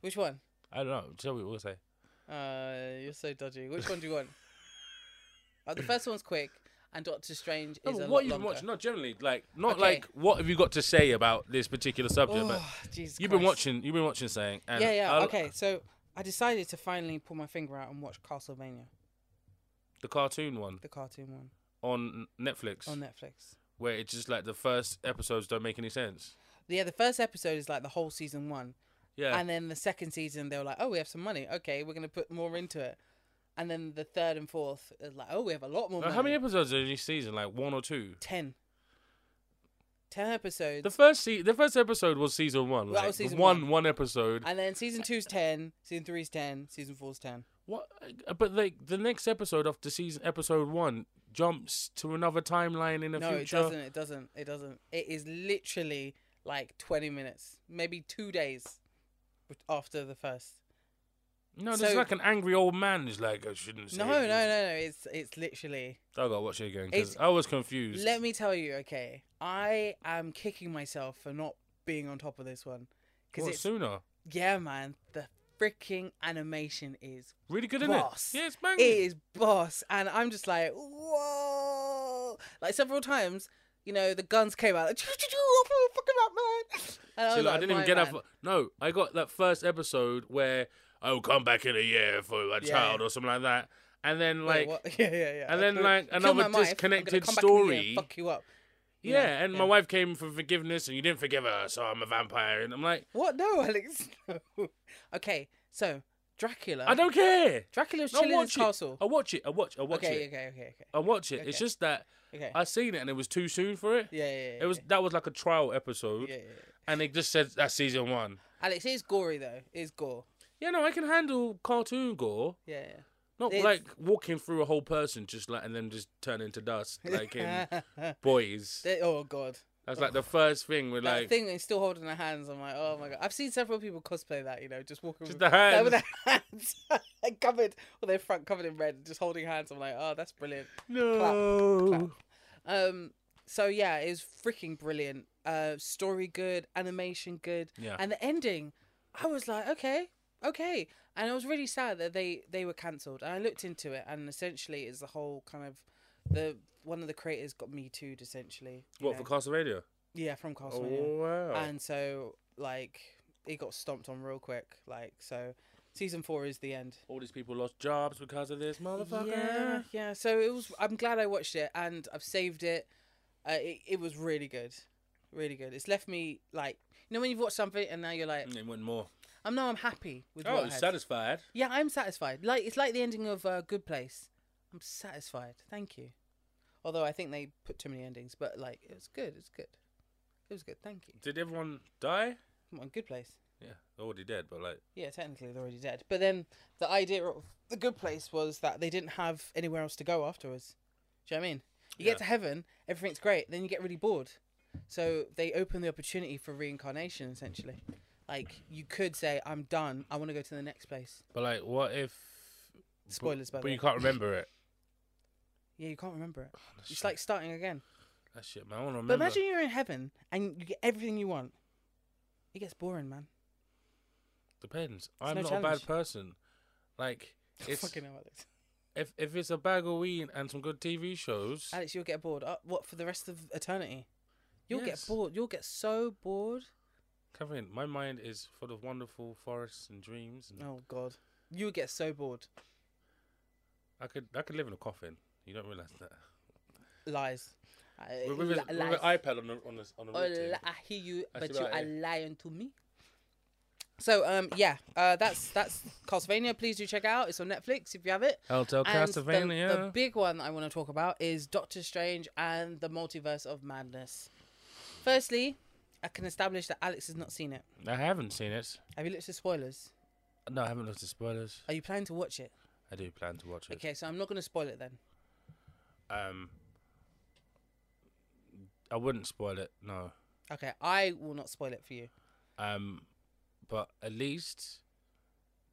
Speaker 2: Which one?
Speaker 1: I don't know. Tell me what you say.
Speaker 2: Uh, you're so dodgy. Which one do you want? Uh, the first one's quick, and Doctor Strange is
Speaker 1: No,
Speaker 2: a
Speaker 1: Oh, what
Speaker 2: lot
Speaker 1: you've
Speaker 2: longer.
Speaker 1: been watching? Not generally, like not
Speaker 2: Okay.
Speaker 1: like what have you got to say about this particular subject? but
Speaker 2: Oh, Jesus
Speaker 1: you've been
Speaker 2: Christ.
Speaker 1: watching. You've been watching saying. And
Speaker 2: Yeah, yeah.
Speaker 1: I'll-
Speaker 2: okay, so I decided to finally pull my finger out and watch Castlevania,
Speaker 1: The cartoon one
Speaker 2: the cartoon one
Speaker 1: on Netflix,
Speaker 2: on Netflix.
Speaker 1: where it's just like the first episodes don't make any sense.
Speaker 2: Yeah, the first episode is like the whole season one.
Speaker 1: Yeah,
Speaker 2: And then the second season, they were like, oh, we have some money. Okay, we're going to put more into it. And then the third and fourth is like, oh, we have a lot more
Speaker 1: Now,
Speaker 2: money.
Speaker 1: Uh, how many episodes are in each season? Like one or two.
Speaker 2: Ten. Ten episodes.
Speaker 1: The first se- the first episode was season one.
Speaker 2: That
Speaker 1: Like,
Speaker 2: was season
Speaker 1: one,
Speaker 2: one.
Speaker 1: one episode.
Speaker 2: and then season two's ten, season three's ten, season four's ten.
Speaker 1: What? But like the next episode after season episode one jumps to another timeline in the
Speaker 2: no,
Speaker 1: future.
Speaker 2: it doesn't. It doesn't. It doesn't. It is literally like 20 minutes, maybe two days after the first.
Speaker 1: No, there's
Speaker 2: So-
Speaker 1: like an angry old man who's like, I shouldn't say.
Speaker 2: No, no, no, no. It's it's literally.
Speaker 1: no. I gotta watch it again
Speaker 2: It's-
Speaker 1: because I was confused.
Speaker 2: Let me tell you, okay, I am kicking myself for not being on top of this one because
Speaker 1: Well,
Speaker 2: it's
Speaker 1: sooner.
Speaker 2: Yeah, man, the freaking animation is
Speaker 1: Really good, isn't it?
Speaker 2: boss.
Speaker 1: Yeah, it's
Speaker 2: it
Speaker 1: banging.
Speaker 2: is boss, and I'm just like, whoa! Like several times, you know, the guns came out. Like, "Choo-choo-choo, fucking up, man! [laughs] And I,
Speaker 1: See,
Speaker 2: was
Speaker 1: like, I
Speaker 2: like,
Speaker 1: didn't even
Speaker 2: "My
Speaker 1: get that.
Speaker 2: man."
Speaker 1: far- no, I got that first episode where I will come back in a year for a
Speaker 2: Yeah.
Speaker 1: child or something like that, and then like
Speaker 2: Wait, what? [laughs] yeah, yeah, yeah.
Speaker 1: and then,
Speaker 2: kill-
Speaker 1: like,
Speaker 2: kill
Speaker 1: another
Speaker 2: my wife, I'm gonna
Speaker 1: disconnected
Speaker 2: come back in a year and
Speaker 1: story.
Speaker 2: Fuck you up. you
Speaker 1: yeah,
Speaker 2: know,
Speaker 1: and my
Speaker 2: yeah.
Speaker 1: wife came for forgiveness, and you didn't forgive her, so I'm a vampire, and I'm like,
Speaker 2: What? No, [laughs] Alex. No. okay, so Dracula.
Speaker 1: I don't care.
Speaker 2: Dracula's
Speaker 1: No,
Speaker 2: chilling Uh, in his
Speaker 1: watch it.
Speaker 2: castle.
Speaker 1: I watch it. I watch. I watch
Speaker 2: okay,
Speaker 1: it.
Speaker 2: okay, okay, okay,
Speaker 1: I watch it. It's
Speaker 2: Okay.
Speaker 1: just that
Speaker 2: okay.
Speaker 1: I seen it and it was too soon for it.
Speaker 2: yeah, yeah, yeah.
Speaker 1: It was that was like a trial episode,
Speaker 2: Yeah, yeah, yeah.
Speaker 1: and they just said that's season one.
Speaker 2: Alex it is gory though. It is gore.
Speaker 1: Yeah, no, I can handle cartoon gore.
Speaker 2: Yeah, yeah.
Speaker 1: Not
Speaker 2: It's-
Speaker 1: like walking through a whole person just like and then just turn into
Speaker 2: [laughs]
Speaker 1: dust like um, in boys.
Speaker 2: They- oh god,
Speaker 1: That's like the first thing we're
Speaker 2: that
Speaker 1: like
Speaker 2: thing is still holding their hands. I'm like, oh my god. I've seen several people cosplay that. You know, just walking
Speaker 1: just
Speaker 2: with, [laughs]
Speaker 1: the
Speaker 2: no,
Speaker 1: hands. [laughs]
Speaker 2: with their hands [laughs] covered, or their front covered in red, just holding hands. I'm like, oh, that's brilliant.
Speaker 1: no.
Speaker 2: Um, so yeah, it was freaking brilliant. Uh, story good, animation good,
Speaker 1: Yeah.
Speaker 2: and the ending, I was like, okay, okay. And I was really sad that they they were cancelled. And I looked into it, and essentially, it's the whole kind of the one of the creators got me too essentially. you
Speaker 1: What
Speaker 2: know.
Speaker 1: for Castlevania?
Speaker 2: Yeah, from
Speaker 1: Oh
Speaker 2: Castlevania.
Speaker 1: wow.
Speaker 2: And so like it got stomped on real quick. Like so, season four is the end.
Speaker 1: All these people lost jobs because of this motherfucker.
Speaker 2: Yeah, yeah. So it was. I'm glad I watched it, and I've saved it. Uh, it, it was really good, really good. It's left me like you know when you've watched something and now you're like,
Speaker 1: And it went more.
Speaker 2: I'm now I'm happy with
Speaker 1: Mm. Oh,
Speaker 2: what I
Speaker 1: it's
Speaker 2: had.
Speaker 1: satisfied.
Speaker 2: yeah, I'm satisfied. Like it's like the ending of uh, Good Place. I'm satisfied. Thank you. Although I think they put too many endings, but like it was good. It was good. It was good. Thank you.
Speaker 1: Did everyone die?
Speaker 2: Come on, Good Place.
Speaker 1: Yeah, they're already dead, but like
Speaker 2: Yeah, technically they're already dead. But then the idea of the good place was that they didn't have anywhere else to go afterwards. Do you know what I mean? You
Speaker 1: Yeah.
Speaker 2: get to heaven, everything's great, then you get really bored. So they open the opportunity for reincarnation essentially. Like you could say, I'm done, I want to go to the next place.
Speaker 1: but like what if
Speaker 2: Spoilers
Speaker 1: but,
Speaker 2: by the
Speaker 1: but
Speaker 2: way.
Speaker 1: you can't remember it.
Speaker 2: Yeah, you can't remember it.
Speaker 1: That's
Speaker 2: [laughs] It's like starting again.
Speaker 1: that shit, man. I wanna remember.
Speaker 2: But imagine you're in heaven and you get everything you want. It gets boring, man. [laughs]
Speaker 1: Depends. I'm
Speaker 2: no
Speaker 1: not a
Speaker 2: challenge.
Speaker 1: bad person.
Speaker 2: [laughs]
Speaker 1: Like it's
Speaker 2: Fucking hell, Alex.
Speaker 1: if if it's a bag of weed and some good TV shows,
Speaker 2: Alex, you'll get bored. Uh, what for the rest of eternity? You'll
Speaker 1: Yes.
Speaker 2: get bored. You'll get so bored.
Speaker 1: Kevin, my mind is full of wonderful forests and dreams. And
Speaker 2: Oh God, you would get so bored.
Speaker 1: I could I could live in a coffin. You don't realize that.
Speaker 2: Lies. I-
Speaker 1: With, with, his-
Speaker 2: li-
Speaker 1: with an
Speaker 2: lies.
Speaker 1: iPad on the on the on the
Speaker 2: Oh,
Speaker 1: root tip.
Speaker 2: li- I hear you,
Speaker 1: That's
Speaker 2: but you
Speaker 1: about
Speaker 2: are
Speaker 1: it.
Speaker 2: lying to me. So um yeah, uh that's that's Castlevania. Please do check it out. It's on Netflix if you have it.
Speaker 1: Hotel
Speaker 2: And the-
Speaker 1: Castlevania.
Speaker 2: The, big one that I want to talk about is Doctor Strange and the Multiverse of Madness. Firstly, I can establish that Alex has not seen it.
Speaker 1: I haven't seen it.
Speaker 2: Have you looked at spoilers?
Speaker 1: No, I haven't looked at spoilers.
Speaker 2: Are you planning to watch it?
Speaker 1: I do plan to watch it.
Speaker 2: Okay, so I'm not going to spoil it then.
Speaker 1: Um, I wouldn't spoil it. No.
Speaker 2: Okay, I will not spoil it for you.
Speaker 1: Um, but at least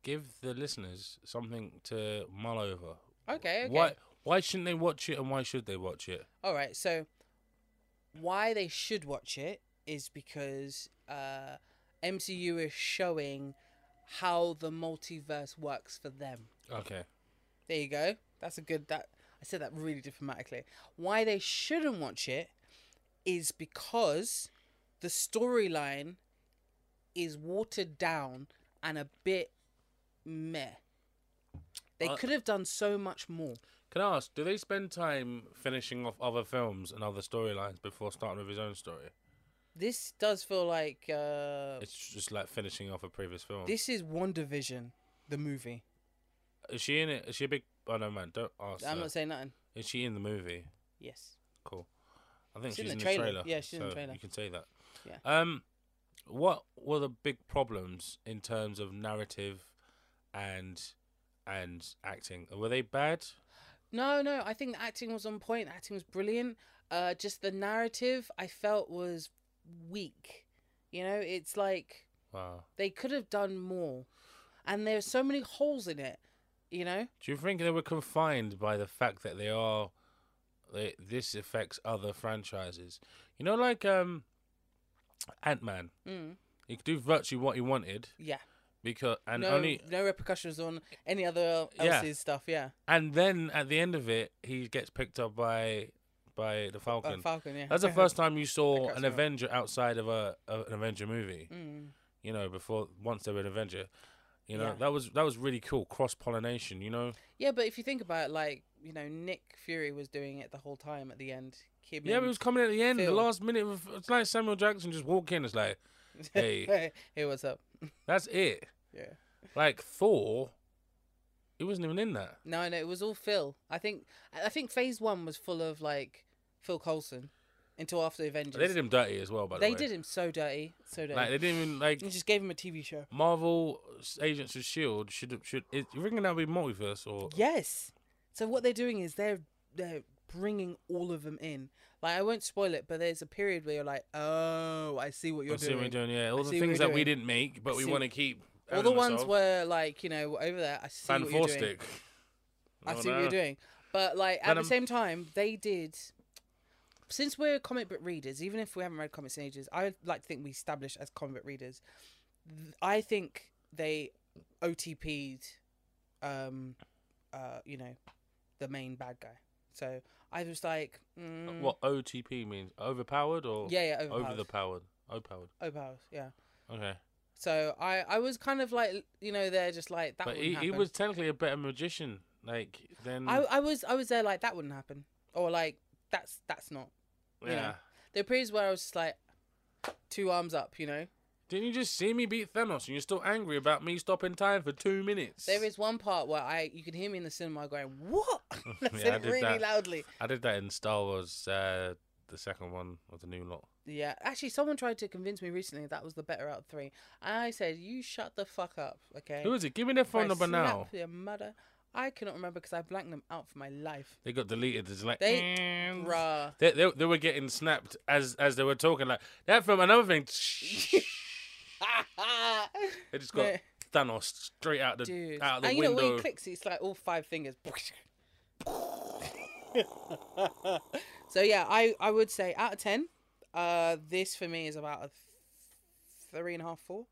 Speaker 1: give the listeners something to mull over.
Speaker 2: Okay, okay.
Speaker 1: Why? Why shouldn't they watch it, and why should they watch it?
Speaker 2: All right, so why they should watch it is because uh, MCU is showing how the multiverse works for them.
Speaker 1: Okay.
Speaker 2: There you go. That's a good that I said that really diplomatically. Why they shouldn't watch it is because the storyline is watered down and a bit meh. They
Speaker 1: I-
Speaker 2: could have done so much more.
Speaker 1: Can I ask? Do they spend time finishing off other films and other storylines before starting with his own story?
Speaker 2: This does feel like uh,
Speaker 1: It's just like finishing off a previous film.
Speaker 2: This is WandaVision, the movie.
Speaker 1: Is she in it? Is she a big? Oh no, man! Don't ask.
Speaker 2: I'm
Speaker 1: her.
Speaker 2: not saying nothing.
Speaker 1: Is she in the movie?
Speaker 2: Yes.
Speaker 1: Cool. I think
Speaker 2: She's in the trailer. Yeah, she's in the
Speaker 1: so
Speaker 2: trailer.
Speaker 1: You can say that.
Speaker 2: Yeah.
Speaker 1: Um, what were the big problems in terms of narrative and and acting? Were they bad?
Speaker 2: No, no, I think the acting was on point. Acting was brilliant. Uh, just the narrative I felt was weak. You know, it's like
Speaker 1: Wow.
Speaker 2: they could have done more. And there's so many holes in it, you know?
Speaker 1: Do you think they were confined by the fact that they are? They, this affects other franchises. You know, like um, Ant Man.
Speaker 2: Mm.
Speaker 1: He could do virtually what he wanted
Speaker 2: Yeah.
Speaker 1: because and
Speaker 2: no
Speaker 1: only
Speaker 2: no repercussions on any other else's
Speaker 1: Yeah.
Speaker 2: stuff, yeah.
Speaker 1: and then at the end of it, he gets picked up by by the
Speaker 2: Uh,
Speaker 1: Falcon.
Speaker 2: Falcon, yeah.
Speaker 1: That's
Speaker 2: [laughs]
Speaker 1: the first time you saw
Speaker 2: cracks
Speaker 1: an
Speaker 2: me up.
Speaker 1: Avenger outside of a, a an Avenger movie.
Speaker 2: Mm.
Speaker 1: You know, before once they were an Avenger. You know,
Speaker 2: Yeah.
Speaker 1: that was that was really cool. Cross pollination, you know?
Speaker 2: Yeah, but if you think about it, like, you know, Nick Fury was doing it the whole time at the end. Kim
Speaker 1: Yeah, but it was coming at the end, the
Speaker 2: Phil.
Speaker 1: last minute of- it's like Samuel Jackson just walk in, it's like,
Speaker 2: [laughs]
Speaker 1: hey,
Speaker 2: hey, what's up?
Speaker 1: that's it.
Speaker 2: Yeah.
Speaker 1: Like Thor he wasn't even in that.
Speaker 2: No, no, it was all Phil. I think I I think phase one was full of like Phil Coulson until after Avengers.
Speaker 1: They did him dirty as well, by the
Speaker 2: They
Speaker 1: way.
Speaker 2: did him so dirty, so dirty.
Speaker 1: Like they didn't even like
Speaker 2: and just gave him a TV show. Marvel.
Speaker 1: Marvel Agents of Shield E should should is, you reckon that would be multiverse or
Speaker 2: Yes. So what they're doing is they're they're bringing all of them in. Like I won't spoil it, but there's a period where you're like, oh, I see what you're
Speaker 1: I see what
Speaker 2: doing.
Speaker 1: we're doing? Yeah, all
Speaker 2: I
Speaker 1: the
Speaker 2: see what
Speaker 1: things
Speaker 2: you're
Speaker 1: that we
Speaker 2: doing.
Speaker 1: didn't make, but
Speaker 2: I
Speaker 1: we
Speaker 2: see-
Speaker 1: want to keep.
Speaker 2: All the
Speaker 1: having
Speaker 2: ones
Speaker 1: ourselves.
Speaker 2: were like, you know, over there. I see
Speaker 1: fan
Speaker 2: what
Speaker 1: four
Speaker 2: you're doing.
Speaker 1: stick.
Speaker 2: I
Speaker 1: No,
Speaker 2: see what you're
Speaker 1: Oh, no.
Speaker 2: doing. But like at
Speaker 1: Venom.
Speaker 2: the same time, they did. Since we're comic book readers, even if we haven't read comics in ages, I like to think we established as comic book readers. th- I think they OTP'd, um, uh, you know, the main bad guy. So I was like, mm,
Speaker 1: Uh, What OTP means? Overpowered or
Speaker 2: Yeah, yeah, overpowered.
Speaker 1: over the powered? Overpowered.
Speaker 2: overpowered, yeah.
Speaker 1: Okay,
Speaker 2: So I, I was kind of like, you know, they're just like that.
Speaker 1: but
Speaker 2: wouldn't
Speaker 1: he, he
Speaker 2: happen.
Speaker 1: was mm. technically a better magician. Like then,
Speaker 2: I, I was, I was there like that wouldn't happen, or like that's that's not.
Speaker 1: yeah.
Speaker 2: know. There were periods where I was just like, two arms up, you know.
Speaker 1: Didn't you just see me beat Thanos, and you're still angry about me stopping time for two minutes?
Speaker 2: There is one part where I, you can hear me in the cinema going, "What?" [laughs] I
Speaker 1: [laughs] Yeah,
Speaker 2: said
Speaker 1: I
Speaker 2: it
Speaker 1: did
Speaker 2: really
Speaker 1: that.
Speaker 2: loudly.
Speaker 1: I did that in Star Wars, uh, the second one of the new lot.
Speaker 2: Yeah, actually, someone tried to convince me recently that was the better out of three. I said, "You shut the fuck up, okay?"
Speaker 1: Who is it? Give me their phone
Speaker 2: I
Speaker 1: number now.
Speaker 2: slapped Your mother. I cannot remember because I blanked them out for my life.
Speaker 1: They got deleted. It's like
Speaker 2: They-
Speaker 1: "Mm."
Speaker 2: Bruh.
Speaker 1: They, they, they were getting snapped as as they were talking like that film another thing [laughs]
Speaker 2: [laughs]
Speaker 1: they just [laughs] got
Speaker 2: Yeah.
Speaker 1: Thanos straight out the
Speaker 2: Dude.
Speaker 1: out the
Speaker 2: and you
Speaker 1: window
Speaker 2: know when he clicks, it's like all five fingers. [laughs] so yeah, I I would say out of ten, uh, this for me is about a th- three and a half, four.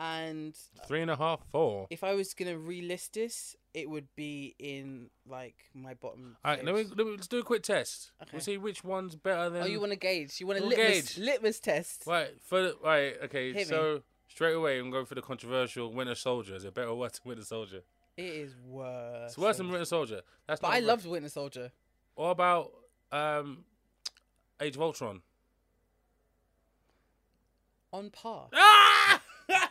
Speaker 2: And
Speaker 1: Three and a half, four.
Speaker 2: if I was gonna relist this, it would be in like my bottom.
Speaker 1: All right, let me,
Speaker 2: place.
Speaker 1: let me let's do a quick test.
Speaker 2: Okay.
Speaker 1: We'll see which one's better than.
Speaker 2: Oh, you want to gauge? You want a
Speaker 1: We'll
Speaker 2: litmus,
Speaker 1: gauge.
Speaker 2: litmus test?
Speaker 1: Right, for the, right, okay.
Speaker 2: Hit me.
Speaker 1: so straight away, I'm going for the controversial Winter Soldier. Is it better or worse than Winter Soldier?
Speaker 2: It is worse.
Speaker 1: It's worse than
Speaker 2: than-
Speaker 1: Winter Soldier. That's.
Speaker 2: But
Speaker 1: not
Speaker 2: I
Speaker 1: a-
Speaker 2: loved Winter Soldier.
Speaker 1: What about um, Age of Ultron? [laughs]
Speaker 2: On par.
Speaker 1: Ah!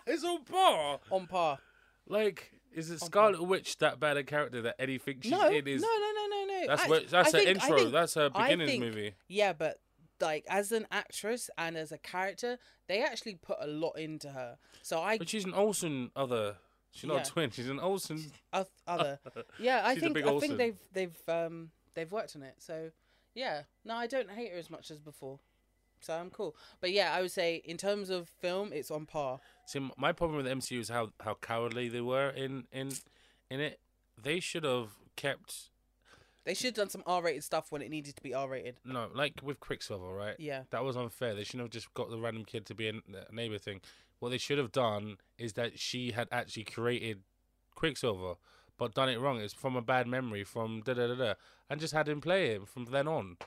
Speaker 1: it's all bar.
Speaker 2: On par.
Speaker 1: Like, is it
Speaker 2: On
Speaker 1: Scarlet Witch that bad a character that Eddie thinks she's
Speaker 2: No, no, no,
Speaker 1: in? Is
Speaker 2: no, no, no.
Speaker 1: that's
Speaker 2: I-
Speaker 1: where, that's
Speaker 2: I
Speaker 1: her
Speaker 2: think- I
Speaker 1: intro.
Speaker 2: think-
Speaker 1: that's her
Speaker 2: I
Speaker 1: beginnings
Speaker 2: think-
Speaker 1: movie.
Speaker 2: Yeah, but like as an actress and as a character, they actually put a lot into her. So I
Speaker 1: But she's an Olsen other. She's not
Speaker 2: Yeah.
Speaker 1: a twin. She's an Olsen.
Speaker 2: oth-
Speaker 1: [laughs]
Speaker 2: other. Yeah, I
Speaker 1: She's a
Speaker 2: think
Speaker 1: big
Speaker 2: I
Speaker 1: Olsen.
Speaker 2: think they've they've um they've worked on it. So yeah, no, I don't hate her as much as before. So I'm cool. But yeah, I would say in terms of film, it's on par.
Speaker 1: See, m- my problem with the MCU is how, how cowardly they were in in in it. They should have kept
Speaker 2: They should have done some R-rated stuff when it needed to be R-rated.
Speaker 1: no, like with Quicksilver, right?
Speaker 2: Yeah.
Speaker 1: That was unfair. They shouldn't have just got the random kid to be a n- a neighbor thing. What they should have done is that she had actually created Quicksilver, but done it wrong. It's from a bad memory, from da da da da, and just had him play him from then on.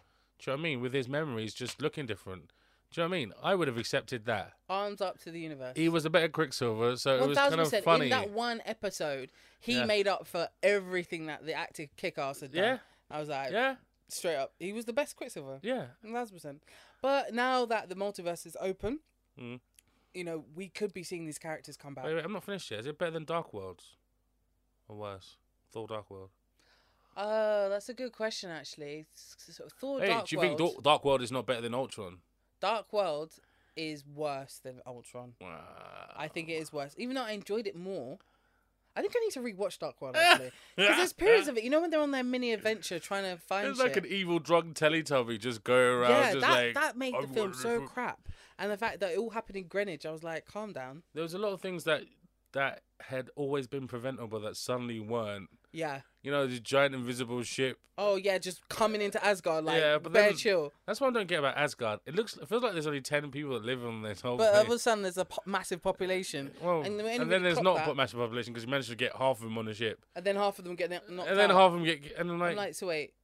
Speaker 1: Do you know what I mean? With his memories just looking different. Do you know what I mean? I would have accepted that.
Speaker 2: Arms up to the universe.
Speaker 1: He was a better Quicksilver, so it
Speaker 2: One
Speaker 1: was kind
Speaker 2: thousand
Speaker 1: of
Speaker 2: percent.
Speaker 1: funny.
Speaker 2: In that one episode, he
Speaker 1: Yeah.
Speaker 2: made up for everything that the actor kick-ass had done.
Speaker 1: Yeah.
Speaker 2: I was like,
Speaker 1: yeah,
Speaker 2: straight up, he was the best Quicksilver.
Speaker 1: yeah.
Speaker 2: One thousand percent. But now that the multiverse is open,
Speaker 1: Mm.
Speaker 2: you know we could be seeing these characters come back.
Speaker 1: Wait, wait, I'm not finished yet. Is it better than Dark Worlds, or worse? Thor: Dark World.
Speaker 2: Oh, that's a good question, actually. S- s- So, Thor
Speaker 1: hey,
Speaker 2: Oh, Dark
Speaker 1: do you
Speaker 2: World.
Speaker 1: think Dark- Dark World is not better than Ultron?
Speaker 2: Dark World is worse than Ultron. I think it is worse, even though I enjoyed it more. I think I need to rewatch
Speaker 1: [laughs]
Speaker 2: Dark World actually, because there's periods of it. You know when they're on their mini adventure trying to find.
Speaker 1: It's like
Speaker 2: shit?
Speaker 1: an evil drug Teletubby just go around
Speaker 2: yeah,
Speaker 1: just
Speaker 2: that
Speaker 1: like
Speaker 2: that made the
Speaker 1: "I'm
Speaker 2: film so
Speaker 1: wonderful."
Speaker 2: crap, and the fact that it all happened in Greenwich, I was like, calm down.
Speaker 1: There was a lot of things that that had always been preventable that suddenly weren't.
Speaker 2: Yeah.
Speaker 1: You know, the giant invisible ship.
Speaker 2: Oh yeah, just coming into Asgard like
Speaker 1: Yeah,
Speaker 2: yeah,
Speaker 1: but
Speaker 2: bare
Speaker 1: then-
Speaker 2: chill.
Speaker 1: That's what I don't get about Asgard. It looks it feels like there's only ten people that live on this whole
Speaker 2: But all
Speaker 1: place.
Speaker 2: of a sudden, there's a po- massive population,
Speaker 1: well,
Speaker 2: and
Speaker 1: and,
Speaker 2: then when
Speaker 1: then
Speaker 2: we
Speaker 1: there's
Speaker 2: clock
Speaker 1: not
Speaker 2: that-
Speaker 1: a massive population because you managed to get half of them on the ship,
Speaker 2: and then half of them get kn- knocked
Speaker 1: and then
Speaker 2: out.
Speaker 1: half of them get. And I'm
Speaker 2: I'm
Speaker 1: like,
Speaker 2: like, so wait,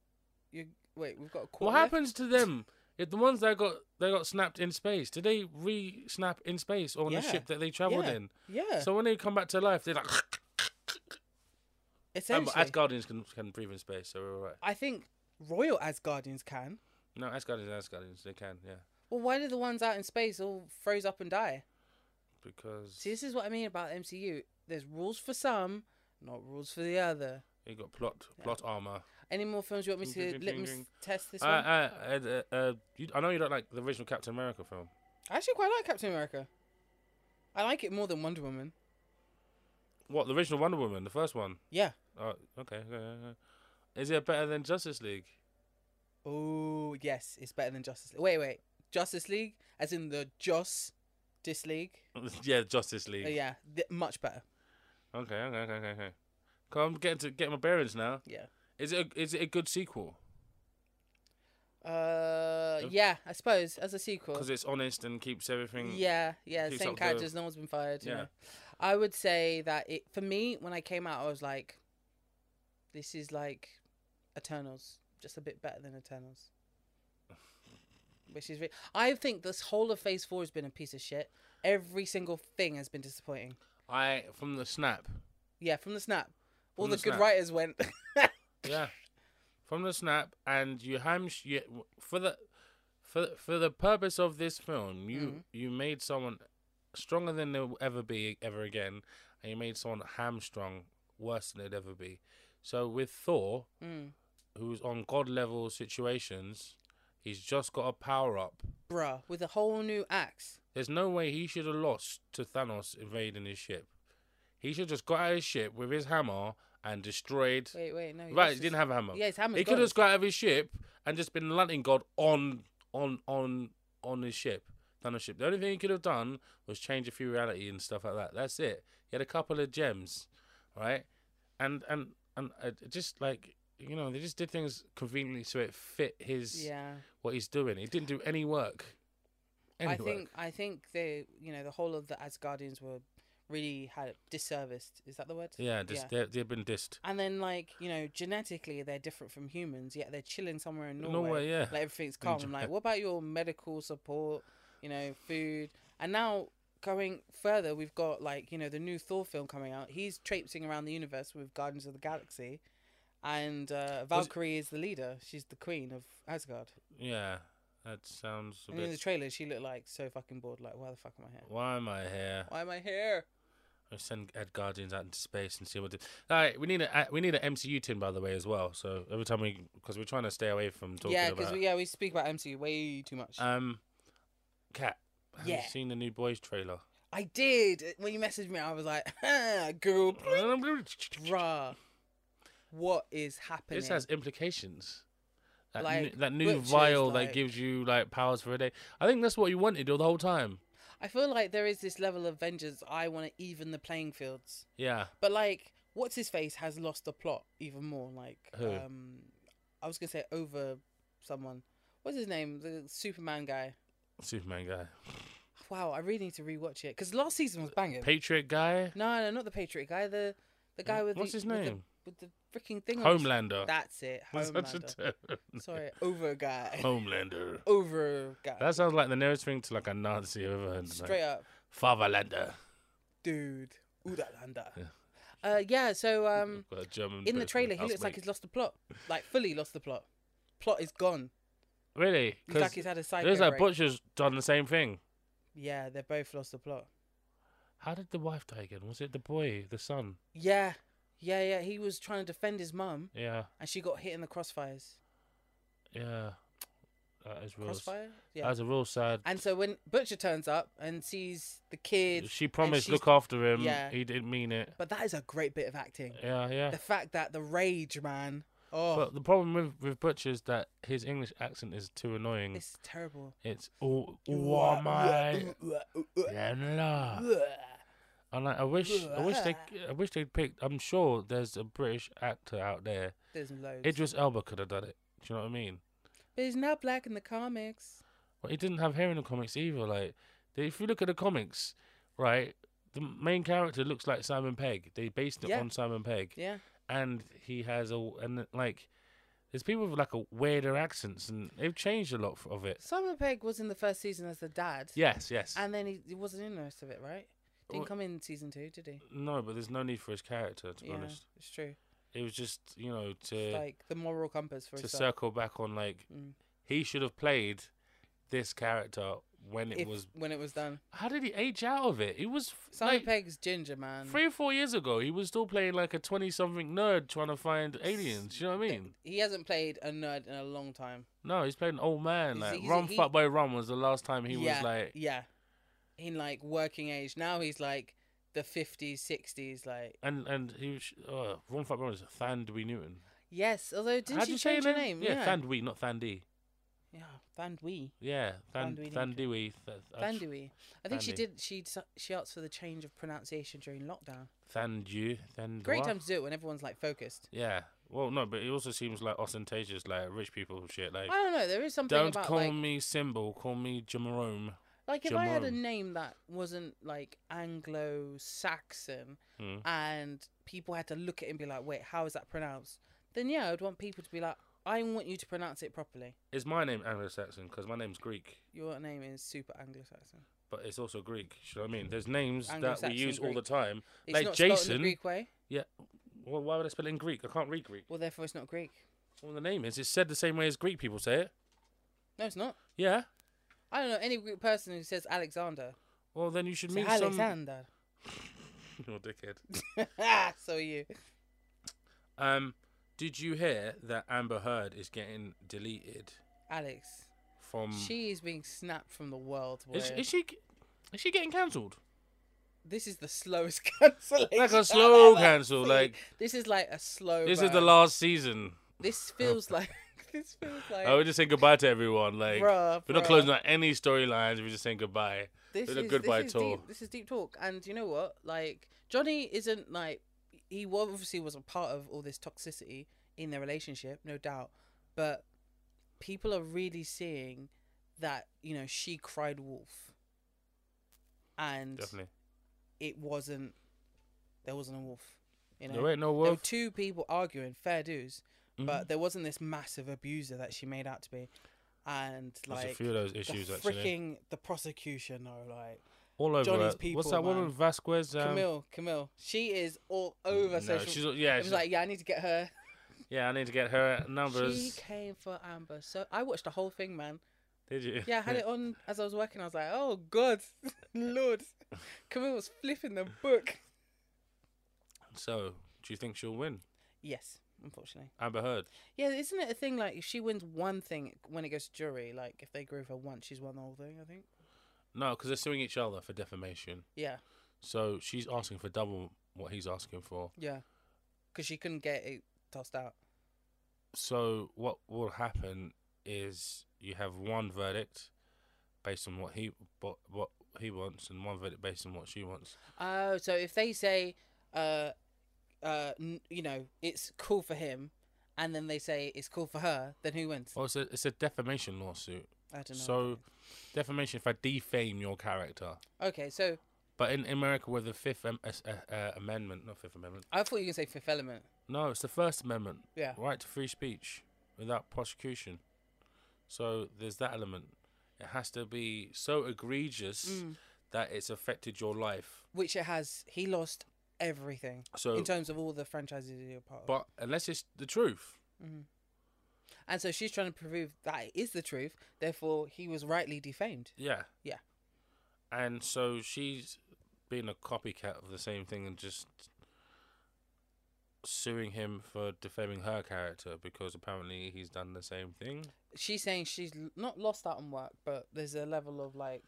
Speaker 2: you wait, we've got a quarter.
Speaker 1: what
Speaker 2: left?
Speaker 1: happens to them? If the ones that got they got snapped in space, did they re-snap in space or on the
Speaker 2: Yeah.
Speaker 1: ship that they traveled
Speaker 2: Yeah.
Speaker 1: in?
Speaker 2: Yeah,
Speaker 1: So when they come back to life, they're
Speaker 2: [laughs]
Speaker 1: like. Um,
Speaker 2: essentially.
Speaker 1: but Asgardians can can breathe in space, so we're alright.
Speaker 2: I think royal Asgardians can.
Speaker 1: No, Asgardians, are Asgardians, they can, yeah,
Speaker 2: Well, why do the ones out in space all froze up and die?
Speaker 1: because
Speaker 2: See, this is what I mean about MCU. There's rules for some, not rules for the other.
Speaker 1: they got plot plot armor.
Speaker 2: Any more films you want me
Speaker 1: Ding, ding,
Speaker 2: to
Speaker 1: ding,
Speaker 2: let
Speaker 1: ding,
Speaker 2: me
Speaker 1: ding.
Speaker 2: test this
Speaker 1: Uh,
Speaker 2: one?
Speaker 1: uh, uh, uh, uh, you, I know you don't like the original Captain America film.
Speaker 2: I actually quite like Captain America. I like it more than Wonder Woman.
Speaker 1: What the original Wonder Woman, the first one?
Speaker 2: Yeah.
Speaker 1: Oh, okay. yeah, yeah, yeah. Is it better than Justice League? [laughs]
Speaker 2: Oh yes, it's better than Justice. League. Wait, wait, Justice League, as in the Justice League.
Speaker 1: yeah, Justice
Speaker 2: Uh,
Speaker 1: League.
Speaker 2: yeah, th- much better.
Speaker 1: Okay, okay, okay, okay, okay. Come, I'm getting to get my bearings now.
Speaker 2: Yeah.
Speaker 1: Is it a, is it a good sequel?
Speaker 2: Uh,
Speaker 1: Yep.
Speaker 2: yeah, I suppose as a sequel.
Speaker 1: Because it's honest and keeps everything.
Speaker 2: Yeah, yeah,
Speaker 1: keeps up
Speaker 2: same
Speaker 1: the-
Speaker 2: characters. No one's been fired. You
Speaker 1: Yeah.
Speaker 2: know? I would say that it for me when I came out, I was like, this is like Eternals, just a bit better than
Speaker 1: [laughs]
Speaker 2: Eternals. Which is, re- I think this whole of Phase Four has been a piece of shit. Every single thing has been disappointing.
Speaker 1: I from the snap.
Speaker 2: Yeah, from the snap, all
Speaker 1: From
Speaker 2: the,
Speaker 1: the
Speaker 2: good
Speaker 1: snap.
Speaker 2: writers went. [laughs]
Speaker 1: Yeah, from the snap, and you ham you, for the for for the purpose of this film, you you made someone stronger than they'll ever be ever again, and you made someone hamstrung worse than they'd ever be. So with Thor,
Speaker 2: Mm.
Speaker 1: who's on god level situations, he's just got a power up.
Speaker 2: Bruh, with a whole new axe.
Speaker 1: There's no way he should have lost to Thanos invading his ship. He should have just got out of his ship with his hammer and destroyed.
Speaker 2: Wait, wait, no.
Speaker 1: right,
Speaker 2: this
Speaker 1: he
Speaker 2: is-
Speaker 1: didn't have a hammer.
Speaker 2: Yeah, his hammer's
Speaker 1: He could
Speaker 2: gone.
Speaker 1: have just got out of his ship and just been landing God on on on on his ship, Thanos' ship. The only thing he could have done was change a few reality and stuff like that. That's it. He had a couple of gems, right? And and and uh, just like you know, they just did things conveniently so it fit his
Speaker 2: Yeah.
Speaker 1: what he's doing. He didn't do any work. Any
Speaker 2: I think
Speaker 1: work.
Speaker 2: I think the you know the whole of the Asgardians were really had disserviced. Is that the word?
Speaker 1: Yeah, dis-
Speaker 2: Yeah.
Speaker 1: They're, they've been dissed.
Speaker 2: And then, like, you know, genetically they're different from humans, yet they're chilling somewhere in Norway.
Speaker 1: Norway, yeah.
Speaker 2: Like, everything's calm. I'm like, what about your medical support, you know, food? And now, going further, we've got, like, you know, the new Thor film coming out. He's traipsing around the universe with Guardians of the Galaxy. And uh, Valkyrie is the leader. She's the queen of Asgard.
Speaker 1: yeah, that sounds a
Speaker 2: And in the
Speaker 1: bit.
Speaker 2: trailer, she looked like so fucking bored. Like, why the fuck am I here?
Speaker 1: Why am I here?
Speaker 2: Why am I here?
Speaker 1: Let's send Ed Guardians out into space and see what. It... All right, we need a uh, we need an MCU tin by the way as well. So every time we because we're trying to stay away from talking
Speaker 2: yeah, because
Speaker 1: about.
Speaker 2: we, yeah, we speak about MCU way too much.
Speaker 1: Um, Cat, have you
Speaker 2: Yeah.
Speaker 1: seen the new Boys trailer?
Speaker 2: I did when you messaged me. I was like, [laughs] Google, bruh, what is
Speaker 1: [laughs]
Speaker 2: happening?
Speaker 1: This has implications. That,
Speaker 2: Like,
Speaker 1: new, that new
Speaker 2: Butcher's,
Speaker 1: vial
Speaker 2: like-
Speaker 1: that gives you like powers for a day. I think that's what you wanted all the whole time.
Speaker 2: I feel like there is this level of vengeance. I want to even the playing fields,
Speaker 1: Yeah,
Speaker 2: but like, what's his face has lost the plot even more. Like,
Speaker 1: Who?
Speaker 2: um, I was gonna say over someone. What's his name? The Superman guy.
Speaker 1: Superman guy,
Speaker 2: Wow, I really need to rewatch it because last season was banging.
Speaker 1: Patriot guy.
Speaker 2: no, no, not the Patriot guy. The the guy with
Speaker 1: What's
Speaker 2: the,
Speaker 1: his
Speaker 2: with the-
Speaker 1: name?
Speaker 2: With the, freaking thing. on his-
Speaker 1: Homelander.
Speaker 2: That's it.
Speaker 1: [laughs] That's such a
Speaker 2: Homelander.
Speaker 1: term. [laughs]
Speaker 2: Sorry, over guy.
Speaker 1: Homelander.
Speaker 2: over guy.
Speaker 1: That sounds like the nearest thing to like a Nazi I've ever heard. Like,
Speaker 2: Straight up,
Speaker 1: Fatherlander.
Speaker 2: dude. Udalanda.
Speaker 1: Yeah.
Speaker 2: Uh, yeah. So um,
Speaker 1: Got a German
Speaker 2: in the
Speaker 1: person
Speaker 2: trailer, he
Speaker 1: house
Speaker 2: looks like
Speaker 1: mate.
Speaker 2: he's lost the plot, like fully lost the plot. Plot is gone.
Speaker 1: really
Speaker 2: He's like
Speaker 1: because
Speaker 2: he's had a side.
Speaker 1: looks like Butcher's done the same thing.
Speaker 2: yeah, they both lost the plot.
Speaker 1: How did the wife die again? Was it the boy, the son?
Speaker 2: Yeah, yeah, yeah. He was trying to defend his mum,
Speaker 1: Yeah,
Speaker 2: and she got hit in the crossfires.
Speaker 1: yeah. That is real.
Speaker 2: Crossfire.
Speaker 1: Yeah.
Speaker 2: Yeah.
Speaker 1: That's a real sad.
Speaker 2: And so when Butcher turns up and sees the kids,
Speaker 1: She promised
Speaker 2: she's-
Speaker 1: look after him.
Speaker 2: Yeah.
Speaker 1: He didn't mean it.
Speaker 2: but that is a great bit of acting.
Speaker 1: Yeah, yeah.
Speaker 2: The fact that the rage, man. Oh,
Speaker 1: But the problem with with Butcher is that his English accent is too annoying. It's,
Speaker 2: it's terrible.
Speaker 1: all oh
Speaker 2: [laughs]
Speaker 1: my. Yeah, nah. And like, I wish, I wish
Speaker 2: [laughs]
Speaker 1: they, I wish they would picked. I'm sure there's a British actor out there.
Speaker 2: There's loads.
Speaker 1: Idris Elba could have done it. Do you know what I mean?
Speaker 2: But he's not black in the comics.
Speaker 1: But he didn't have hair in the comics either. Like, they, if you look at the comics, right, the main character looks like Simon Pegg. They based it
Speaker 2: Yeah.
Speaker 1: on Simon Pegg,
Speaker 2: Yeah.
Speaker 1: and he has a and like, there's people with like a weirder accents, and they've changed a lot f- of it.
Speaker 2: Simon Pegg was in the first season as the dad.
Speaker 1: Yes, yes.
Speaker 2: And then he, he wasn't in the rest of it, right? Didn't
Speaker 1: Well-
Speaker 2: come in season two, did he?
Speaker 1: no, but there's no need for his character to be
Speaker 2: yeah,
Speaker 1: honest.
Speaker 2: it's true.
Speaker 1: It was just you know
Speaker 2: It's
Speaker 1: to
Speaker 2: like the moral compass for
Speaker 1: to
Speaker 2: a start.
Speaker 1: circle back on like
Speaker 2: Mm.
Speaker 1: he should have played this character when it
Speaker 2: If-
Speaker 1: was.
Speaker 2: when it was done.
Speaker 1: How did he age out of it? He was f-
Speaker 2: Simon
Speaker 1: like,
Speaker 2: Pegg's ginger man.
Speaker 1: three or four years ago, he was still playing like a twenty-something nerd trying to find aliens. You know what I mean?
Speaker 2: He hasn't played a nerd in a long time.
Speaker 1: No, he's playing an old man.
Speaker 2: Is
Speaker 1: Like
Speaker 2: he-
Speaker 1: Run
Speaker 2: he-
Speaker 1: Fuck Boy Run was the last time he
Speaker 2: yeah,
Speaker 1: was like,
Speaker 2: yeah, in like working age. Now he's like the fifties, sixties. Like
Speaker 1: and and he was uh, Run Fuck Boy Run is Thandwe Newton.
Speaker 2: yes. Although
Speaker 1: How
Speaker 2: didn't
Speaker 1: do
Speaker 2: she
Speaker 1: you say
Speaker 2: change
Speaker 1: your
Speaker 2: her
Speaker 1: name?
Speaker 2: name?
Speaker 1: Yeah, Thandwe, not Thandee.
Speaker 2: yeah, Thandwe.
Speaker 1: Yeah, Than
Speaker 2: Thandwe Newton.
Speaker 1: Thandwe. uh, Thandwe.
Speaker 2: Bandui. I think she
Speaker 1: Bandui.
Speaker 2: did. She s- she asked for the change of pronunciation during lockdown.
Speaker 1: Thandwe.
Speaker 2: Great
Speaker 1: Thandwa?
Speaker 2: time to do it when everyone's like focused.
Speaker 1: Yeah. Well, no, but it also seems like ostentatious, like rich people shit. Like,
Speaker 2: I don't know. There is something
Speaker 1: don't
Speaker 2: about
Speaker 1: call
Speaker 2: like
Speaker 1: me Symbol, call me Jerome.
Speaker 2: like if I had a
Speaker 1: Jamon.
Speaker 2: name that wasn't like Anglo-Saxon
Speaker 1: Hmm.
Speaker 2: and people had to look at it and be like, wait, how is that pronounced? Then yeah, I'd want people to be like, I want you to pronounce it properly.
Speaker 1: Is my name Anglo-Saxon? Because my name's Greek.
Speaker 2: Your name is super Anglo-Saxon.
Speaker 1: but it's also Greek. You know what I mean? There's names that we
Speaker 2: Anglo-Saxon
Speaker 1: use all
Speaker 2: Greek.
Speaker 1: the time.
Speaker 2: It's
Speaker 1: Like
Speaker 2: not spelled in the
Speaker 1: Jason-
Speaker 2: Greek way.
Speaker 1: Yeah. Well, why would I spell it in Greek? I can't read Greek.
Speaker 2: Well, therefore, it's not Greek.
Speaker 1: Well, the name is. It's said the same way as Greek people say it.
Speaker 2: No, it's not.
Speaker 1: Yeah.
Speaker 2: I don't know any Greek person who says Alexander.
Speaker 1: Well, then you should
Speaker 2: It's
Speaker 1: meet some.
Speaker 2: Alexander.
Speaker 1: [laughs]
Speaker 2: [laughs]
Speaker 1: You're a dickhead.
Speaker 2: so are you.
Speaker 1: Um, did you hear that Amber Heard is getting deleted
Speaker 2: Alex,
Speaker 1: from?
Speaker 2: she is being snapped from the world.
Speaker 1: Hmm. is,
Speaker 2: where-
Speaker 1: is she? Is she getting cancelled?
Speaker 2: this is the [laughs] slowest cancellation.
Speaker 1: Like a
Speaker 2: I've
Speaker 1: slow
Speaker 2: ever
Speaker 1: cancel.
Speaker 2: seen.
Speaker 1: Like
Speaker 2: this is like a slow.
Speaker 1: this is the
Speaker 2: burn.
Speaker 1: last season.
Speaker 2: This feels [laughs] like this
Speaker 1: [laughs]
Speaker 2: feels like.
Speaker 1: Oh, we're just saying goodbye to everyone. Like
Speaker 2: bruh,
Speaker 1: we're not
Speaker 2: bruh.
Speaker 1: closing out any storylines. We're just saying goodbye.
Speaker 2: This
Speaker 1: with a
Speaker 2: is
Speaker 1: goodbye
Speaker 2: this is
Speaker 1: tour.
Speaker 2: Deep, this is deep talk, and you know what? Like Johnny isn't like he wa- obviously was a part of all this toxicity in their relationship, no doubt. But people are really seeing that you know she cried wolf, and
Speaker 1: Definitely.
Speaker 2: it wasn't there wasn't a wolf. You know,
Speaker 1: There ain't no
Speaker 2: there were
Speaker 1: wolf.
Speaker 2: two people arguing, fair dues,
Speaker 1: Mhm.
Speaker 2: but there wasn't this massive abuser that she made out to be, and
Speaker 1: There's
Speaker 2: like
Speaker 1: a few of those
Speaker 2: the
Speaker 1: issues actually.
Speaker 2: freaking the prosecution or like
Speaker 1: All over.
Speaker 2: Johnny's
Speaker 1: that.
Speaker 2: people,
Speaker 1: What's that woman
Speaker 2: man.
Speaker 1: Vasquez? Um,
Speaker 2: Camille, Camille, she is all over
Speaker 1: no,
Speaker 2: social.
Speaker 1: she's- yeah,
Speaker 2: it was
Speaker 1: she's-
Speaker 2: like, yeah, I need to get her.
Speaker 1: yeah. I need to get her numbers.
Speaker 2: She came for Amber. So I watched the whole thing, man.
Speaker 1: Did you?
Speaker 2: Yeah, I had it on as I was working. I was like, oh god, [laughs] Lord, Camille was flipping the book.
Speaker 1: [laughs] So, do you think she'll win?
Speaker 2: Yes, unfortunately.
Speaker 1: Amber Heard.
Speaker 2: Yeah, isn't it a thing like if she wins one thing when it goes to jury, like if they agree with her once, she's won the whole thing, I think.
Speaker 1: No, because they're suing each other for defamation.
Speaker 2: Yeah,
Speaker 1: So she's asking for double what he's asking for.
Speaker 2: yeah. Because she couldn't get it tossed out.
Speaker 1: So what will happen is you have one verdict based on what he what, what he wants, and one verdict based on what she wants.
Speaker 2: Oh, so if they say, uh, uh, n- you know, it's cool for him, and then they say it's cool for her, then who wins?
Speaker 1: Well, it's a, it's a defamation lawsuit.
Speaker 2: I don't know.
Speaker 1: So defamation if I defame your character.
Speaker 2: okay, so
Speaker 1: But in America, with the Fifth Am- uh, uh, Amendment, not Fifth Amendment.
Speaker 2: I thought you were gonna say Fifth Element.
Speaker 1: No, it's the First Amendment.
Speaker 2: Yeah.
Speaker 1: Right to free speech without prosecution. So there's that element. It has to be so egregious that it's affected your life.
Speaker 2: Which it has. He lost everything
Speaker 1: So,
Speaker 2: in terms of all the franchises you're part of.
Speaker 1: but unless it's the truth,
Speaker 2: and so she's trying to prove that it is the truth. Therefore, he was rightly defamed.
Speaker 1: yeah,
Speaker 2: Yeah.
Speaker 1: And so she's being a copycat of the same thing and just suing him for defaming her character because apparently he's done the same thing.
Speaker 2: She's saying she's l- not lost out on work, but there's a level of like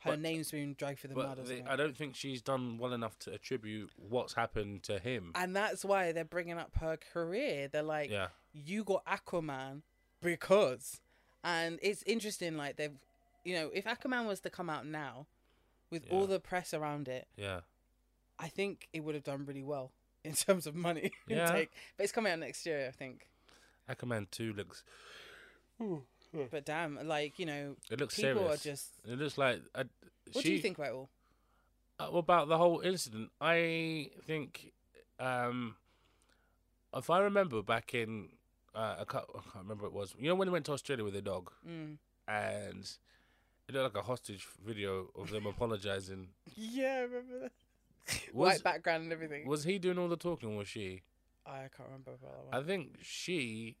Speaker 2: her
Speaker 1: But-
Speaker 2: name's been dragged through the mud.
Speaker 1: But
Speaker 2: or
Speaker 1: the,
Speaker 2: something.
Speaker 1: I don't think she's done well enough to attribute what's happened to him.
Speaker 2: and that's why they're bringing up her career. They're like,
Speaker 1: yeah.
Speaker 2: you got Aquaman because, and it's interesting. Like they've, you know, if Aquaman was to come out now, with all
Speaker 1: Yeah.
Speaker 2: the press around it,
Speaker 1: Yeah.
Speaker 2: I think it would have done really well [laughs] in terms of money [laughs]
Speaker 1: Yeah.
Speaker 2: intake. But it's coming out next year, I think.
Speaker 1: Aquaman 2 looks
Speaker 2: But damn, like you know,
Speaker 1: it looks
Speaker 2: people
Speaker 1: serious.
Speaker 2: are just.
Speaker 1: It looks like I,
Speaker 2: What
Speaker 1: she,
Speaker 2: do you think about it all?
Speaker 1: uh, about the whole incident? I think um if I remember back in uh, I, can't, I can't remember what it was. You know when he went to Australia with the dog
Speaker 2: Mm.
Speaker 1: and it looked like a hostage video of them apologizing.
Speaker 2: Yeah, I remember that.
Speaker 1: Was
Speaker 2: White background and everything.
Speaker 1: was he doing all the talking? or Was she?
Speaker 2: I can't remember about that one.
Speaker 1: I think she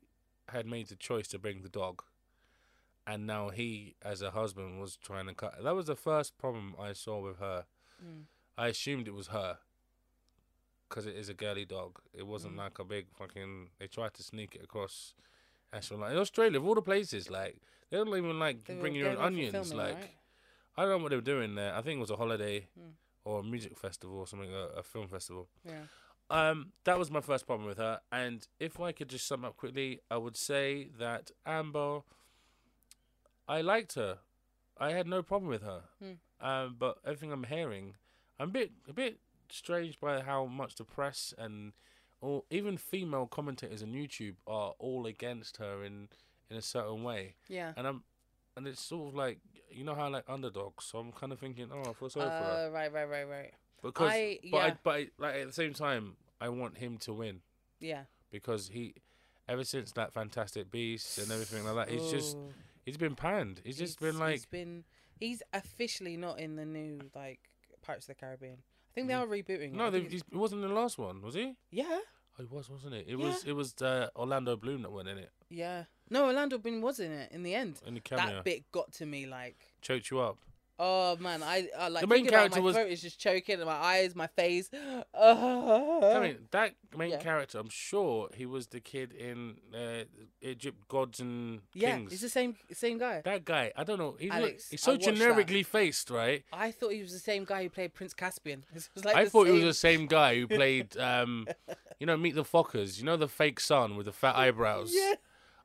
Speaker 1: had made the choice to bring the dog, and now he, as a husband, was trying to cut. That was the first problem I saw with her.
Speaker 2: Mm.
Speaker 1: I assumed it was her, because it is a girly dog. It wasn't
Speaker 2: Mm.
Speaker 1: like a big fucking. They tried to sneak it across. Ashland. Like in Australia, of all the places, like they don't even like
Speaker 2: They were
Speaker 1: bring your own
Speaker 2: going off for
Speaker 1: onions.
Speaker 2: filming,
Speaker 1: like
Speaker 2: right?
Speaker 1: I don't know what they were doing there. I think it was a holiday
Speaker 2: Mm.
Speaker 1: or a music festival or something, a, a film festival.
Speaker 2: yeah.
Speaker 1: Um, that was my first problem with her. And if I could just sum up quickly, I would say that Amber, I liked her. I had no problem with her. Um, but everything I'm hearing, I'm a bit a bit strange by how much the press and or even female commentators on YouTube are all against her in in a certain way.
Speaker 2: Yeah.
Speaker 1: And I'm and it's sort of like you know how I like underdogs. So I'm kind of thinking, oh, I feel sorry for her
Speaker 2: Uh, right, right, right, right.
Speaker 1: because
Speaker 2: I-
Speaker 1: but I,
Speaker 2: yeah.
Speaker 1: but I, like at the same time I want him to win
Speaker 2: Yeah.
Speaker 1: because he ever since that Fantastic Beast and everything like that he's just
Speaker 2: Ooh.
Speaker 1: he's been panned he's just been
Speaker 2: It's-
Speaker 1: like
Speaker 2: it's been- he's officially not in the new like Pirates of the Caribbean. I think they are rebooting.
Speaker 1: Mm.
Speaker 2: it. I
Speaker 1: no they,
Speaker 2: think it's-
Speaker 1: he's, he wasn't in the last one was he
Speaker 2: yeah,
Speaker 1: oh, he was wasn't it it was it was uh, Orlando Bloom that went in it
Speaker 2: yeah. No, Orlando Bloom was in it in the end.
Speaker 1: in the cameo
Speaker 2: That bit got to me like,
Speaker 1: choked you up
Speaker 2: oh man, I, I like
Speaker 1: The main
Speaker 2: thinking about it,
Speaker 1: character
Speaker 2: my
Speaker 1: was-
Speaker 2: throat is just choking, and my eyes, my face. [gasps] Uh,
Speaker 1: I mean that main
Speaker 2: Oh. Yeah.
Speaker 1: character I'm sure he was the kid in uh, Egypt Gods and
Speaker 2: yeah,
Speaker 1: Kings
Speaker 2: it's the same same guy.
Speaker 1: that guy I don't know he's, not-
Speaker 2: Alex,
Speaker 1: he's
Speaker 2: I
Speaker 1: so
Speaker 2: watched that.
Speaker 1: generically faced right
Speaker 2: I thought he was the same guy who played Prince Caspian. [laughs] It was like
Speaker 1: I
Speaker 2: the
Speaker 1: thought it
Speaker 2: same-
Speaker 1: was the same guy who
Speaker 2: [laughs]
Speaker 1: played, um, you know, Meet the Fockers. You know, the fake son with the fat eyebrows.
Speaker 2: [laughs] Yeah.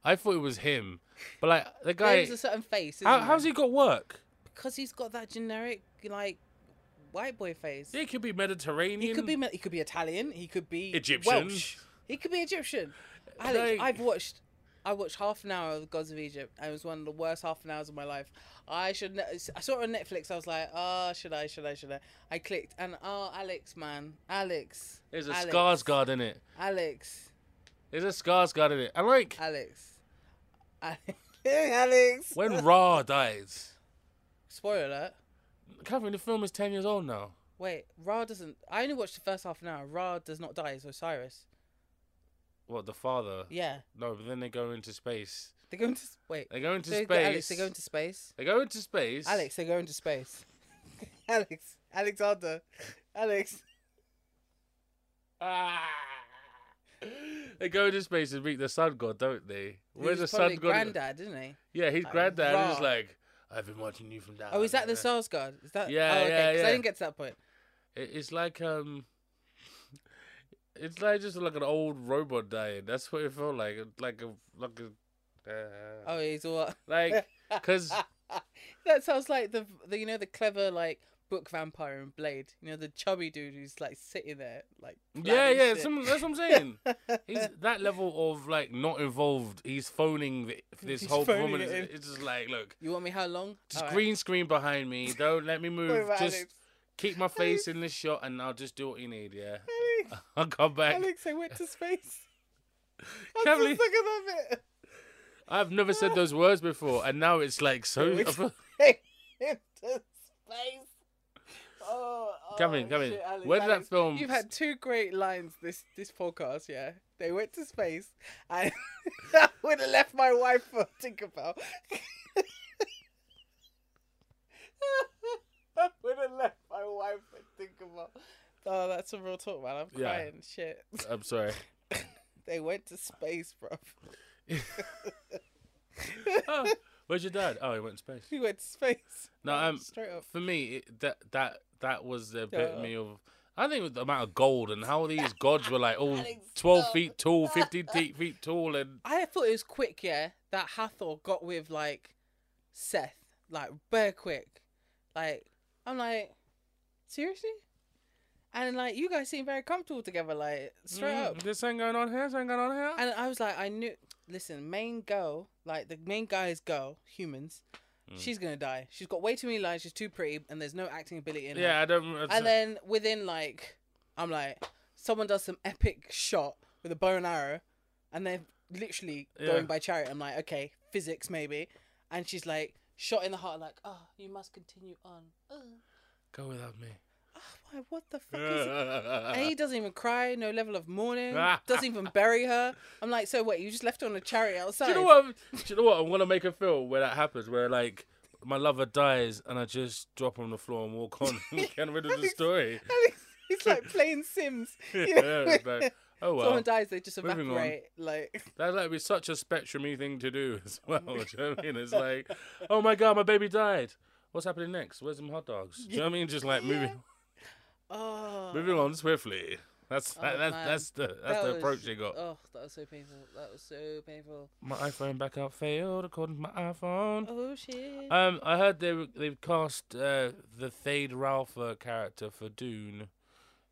Speaker 1: I thought it was him, but like the
Speaker 2: There
Speaker 1: guy,
Speaker 2: was a certain face.
Speaker 1: how, how's he got work?
Speaker 2: Because he's got that generic like white boy face.
Speaker 1: Yeah, he could be Mediterranean.
Speaker 2: He could be Ma- he could be Italian. He could be
Speaker 1: Egyptian.
Speaker 2: Welsh. He could be Egyptian. Alex,
Speaker 1: Like-
Speaker 2: I've watched I watched half an hour of Gods of Egypt, and it was one of the worst half an hours of my life. I should. Ne- I saw it on Netflix. I was like, oh, should I? Should I? Should I? I clicked, and oh, Alex, man, Alex,
Speaker 1: There's a
Speaker 2: Alex.
Speaker 1: Skarsgård in it.
Speaker 2: Alex,
Speaker 1: There's a Skarsgård in it. And like
Speaker 2: Alex, [laughs] Alex. Alex. [laughs]
Speaker 1: when Ra dies,
Speaker 2: Spoiler alert.
Speaker 1: Catherine, the film is ten years old now.
Speaker 2: Wait, Ra doesn't. I only watched the first half an hour. Ra does not die. It's Osiris.
Speaker 1: What the father?
Speaker 2: Yeah,
Speaker 1: No, but then they go into space.
Speaker 2: they go into s- wait.
Speaker 1: They go into
Speaker 2: They
Speaker 1: space.
Speaker 2: go, Alex, they go into space.
Speaker 1: They go into space.
Speaker 2: Alex, they go into space. [laughs] Alex, Alexander, Alex.
Speaker 1: Ah. They go into space and meet the sun god, don't they? Where's the
Speaker 2: He's
Speaker 1: sun
Speaker 2: probably
Speaker 1: god?
Speaker 2: Granddad, isn't he?
Speaker 1: Yeah, his
Speaker 2: Uh,
Speaker 1: granddad
Speaker 2: Ra.
Speaker 1: is like, I've been watching you from down.
Speaker 2: Oh, is that the
Speaker 1: there."
Speaker 2: Sarsgaard? Is that?
Speaker 1: Yeah,
Speaker 2: oh, okay,
Speaker 1: yeah,
Speaker 2: 'cause
Speaker 1: yeah.
Speaker 2: I didn't get to that point.
Speaker 1: It- It's like um, it's like just like an old robot dying. That's what it felt like. Like a like a uh,
Speaker 2: Oh, he's all.
Speaker 1: like because
Speaker 2: [laughs] that sounds like the, the you know the clever like book vampire in Blade. You know the chubby dude who's like sitting there like.
Speaker 1: yeah
Speaker 2: planning
Speaker 1: yeah
Speaker 2: shit.
Speaker 1: some, that's what I'm
Speaker 2: [laughs]
Speaker 1: saying. He's that level of like not involved. He's phoning the, this
Speaker 2: He's
Speaker 1: whole
Speaker 2: phoning
Speaker 1: woman.
Speaker 2: it
Speaker 1: is-
Speaker 2: in.
Speaker 1: It's just like look,
Speaker 2: you want me how long?
Speaker 1: just
Speaker 2: Alright.
Speaker 1: green screen behind me. Don't
Speaker 2: [laughs]
Speaker 1: let me
Speaker 2: Sorry
Speaker 1: move.
Speaker 2: about
Speaker 1: Just [laughs]
Speaker 2: Alex.
Speaker 1: keep my face in this shot, and I'll just do what you need. Yeah, [laughs]
Speaker 2: Alex,
Speaker 1: I'll come back.
Speaker 2: Alex, I went to
Speaker 1: [laughs]
Speaker 2: space. I'm
Speaker 1: Can't
Speaker 2: so
Speaker 1: believe-
Speaker 2: sick of that
Speaker 1: I've never said those words before, and now it's like [laughs] so.
Speaker 2: Which- [laughs] bit. Into space. Oh, oh,
Speaker 1: Come in, come in.
Speaker 2: shit, Alex,
Speaker 1: Where did that
Speaker 2: Alex,
Speaker 1: film?
Speaker 2: You've had two great lines this this podcast, yeah. They went to space, and [laughs] I would have left my wife for Tinkerbell. [laughs] I would have left my wife for Tinkerbell. Oh, that's a real talk, man. I'm
Speaker 1: Yeah.
Speaker 2: crying. Shit. [laughs]
Speaker 1: I'm sorry. [laughs]
Speaker 2: They went to space, [laughs] bro.
Speaker 1: Oh, where's your dad? Oh, he went to space.
Speaker 2: We went to space.
Speaker 1: No,
Speaker 2: Right,
Speaker 1: um,
Speaker 2: straight up.
Speaker 1: For me, it, that that that was the epitome of. I think with the amount of gold and how
Speaker 2: [laughs]
Speaker 1: these gods were like all
Speaker 2: Alex,
Speaker 1: twelve
Speaker 2: stop.
Speaker 1: feet tall,
Speaker 2: [laughs]
Speaker 1: fifteen feet feet tall, and
Speaker 2: I thought it was quick, yeah, that Hathor got with like Seth, like bare quick. Like I'm like, seriously? And like you guys seem very comfortable together, like straight
Speaker 1: Mm,
Speaker 2: up.
Speaker 1: This ain't going on here. This ain't going on here.
Speaker 2: And I was like, I knew. Listen, main girl, like the main guy's girl, humans.
Speaker 1: Mm.
Speaker 2: She's gonna die. She's got way too many lines. She's too pretty, and there's no acting ability in her.
Speaker 1: yeah, I don't.
Speaker 2: And then within like, I'm like, someone does some epic shot with a bow and arrow, and they're literally
Speaker 1: Yeah.
Speaker 2: going by chariot. I'm like, okay, physics maybe. And she's like, shot in the heart, like, oh, you must continue on. Oh,
Speaker 1: go without me.
Speaker 2: why? What the fuck is it?
Speaker 1: [laughs]
Speaker 2: And he doesn't even cry, no level of mourning, doesn't even bury her. I'm like, so what? You just left her on a chariot outside?
Speaker 1: Ah. Do you know
Speaker 2: [laughs]
Speaker 1: what? Do you know what? I want to make a film where that happens, where like my lover dies and I just drop on the floor and walk on, and get rid
Speaker 2: [laughs]
Speaker 1: of the story.
Speaker 2: Alex,
Speaker 1: [laughs]
Speaker 2: he's like playing Sims. You know?
Speaker 1: Yeah, it's like, oh well,
Speaker 2: [laughs] Someone dies, they just
Speaker 1: moving on.
Speaker 2: evaporate. Like, [laughs]
Speaker 1: that'd like, be such a spectrumy thing to do as [laughs] well. Do you know what I mean? It's like, oh my god, my baby died. What's happening next? Where's some hot dogs? Do you know what I mean? Just like moving,
Speaker 2: oh.
Speaker 1: moving on swiftly. That's
Speaker 2: Oh,
Speaker 1: that, that's
Speaker 2: man.
Speaker 1: that's the that's
Speaker 2: That
Speaker 1: the
Speaker 2: was-
Speaker 1: approach they got.
Speaker 2: Oh, that was so painful. That was so painful.
Speaker 1: My iPhone backup failed according to my iPhone.
Speaker 2: Oh shit.
Speaker 1: Um, I heard they were- they've cast uh, the Thade Ralpher character for Dune.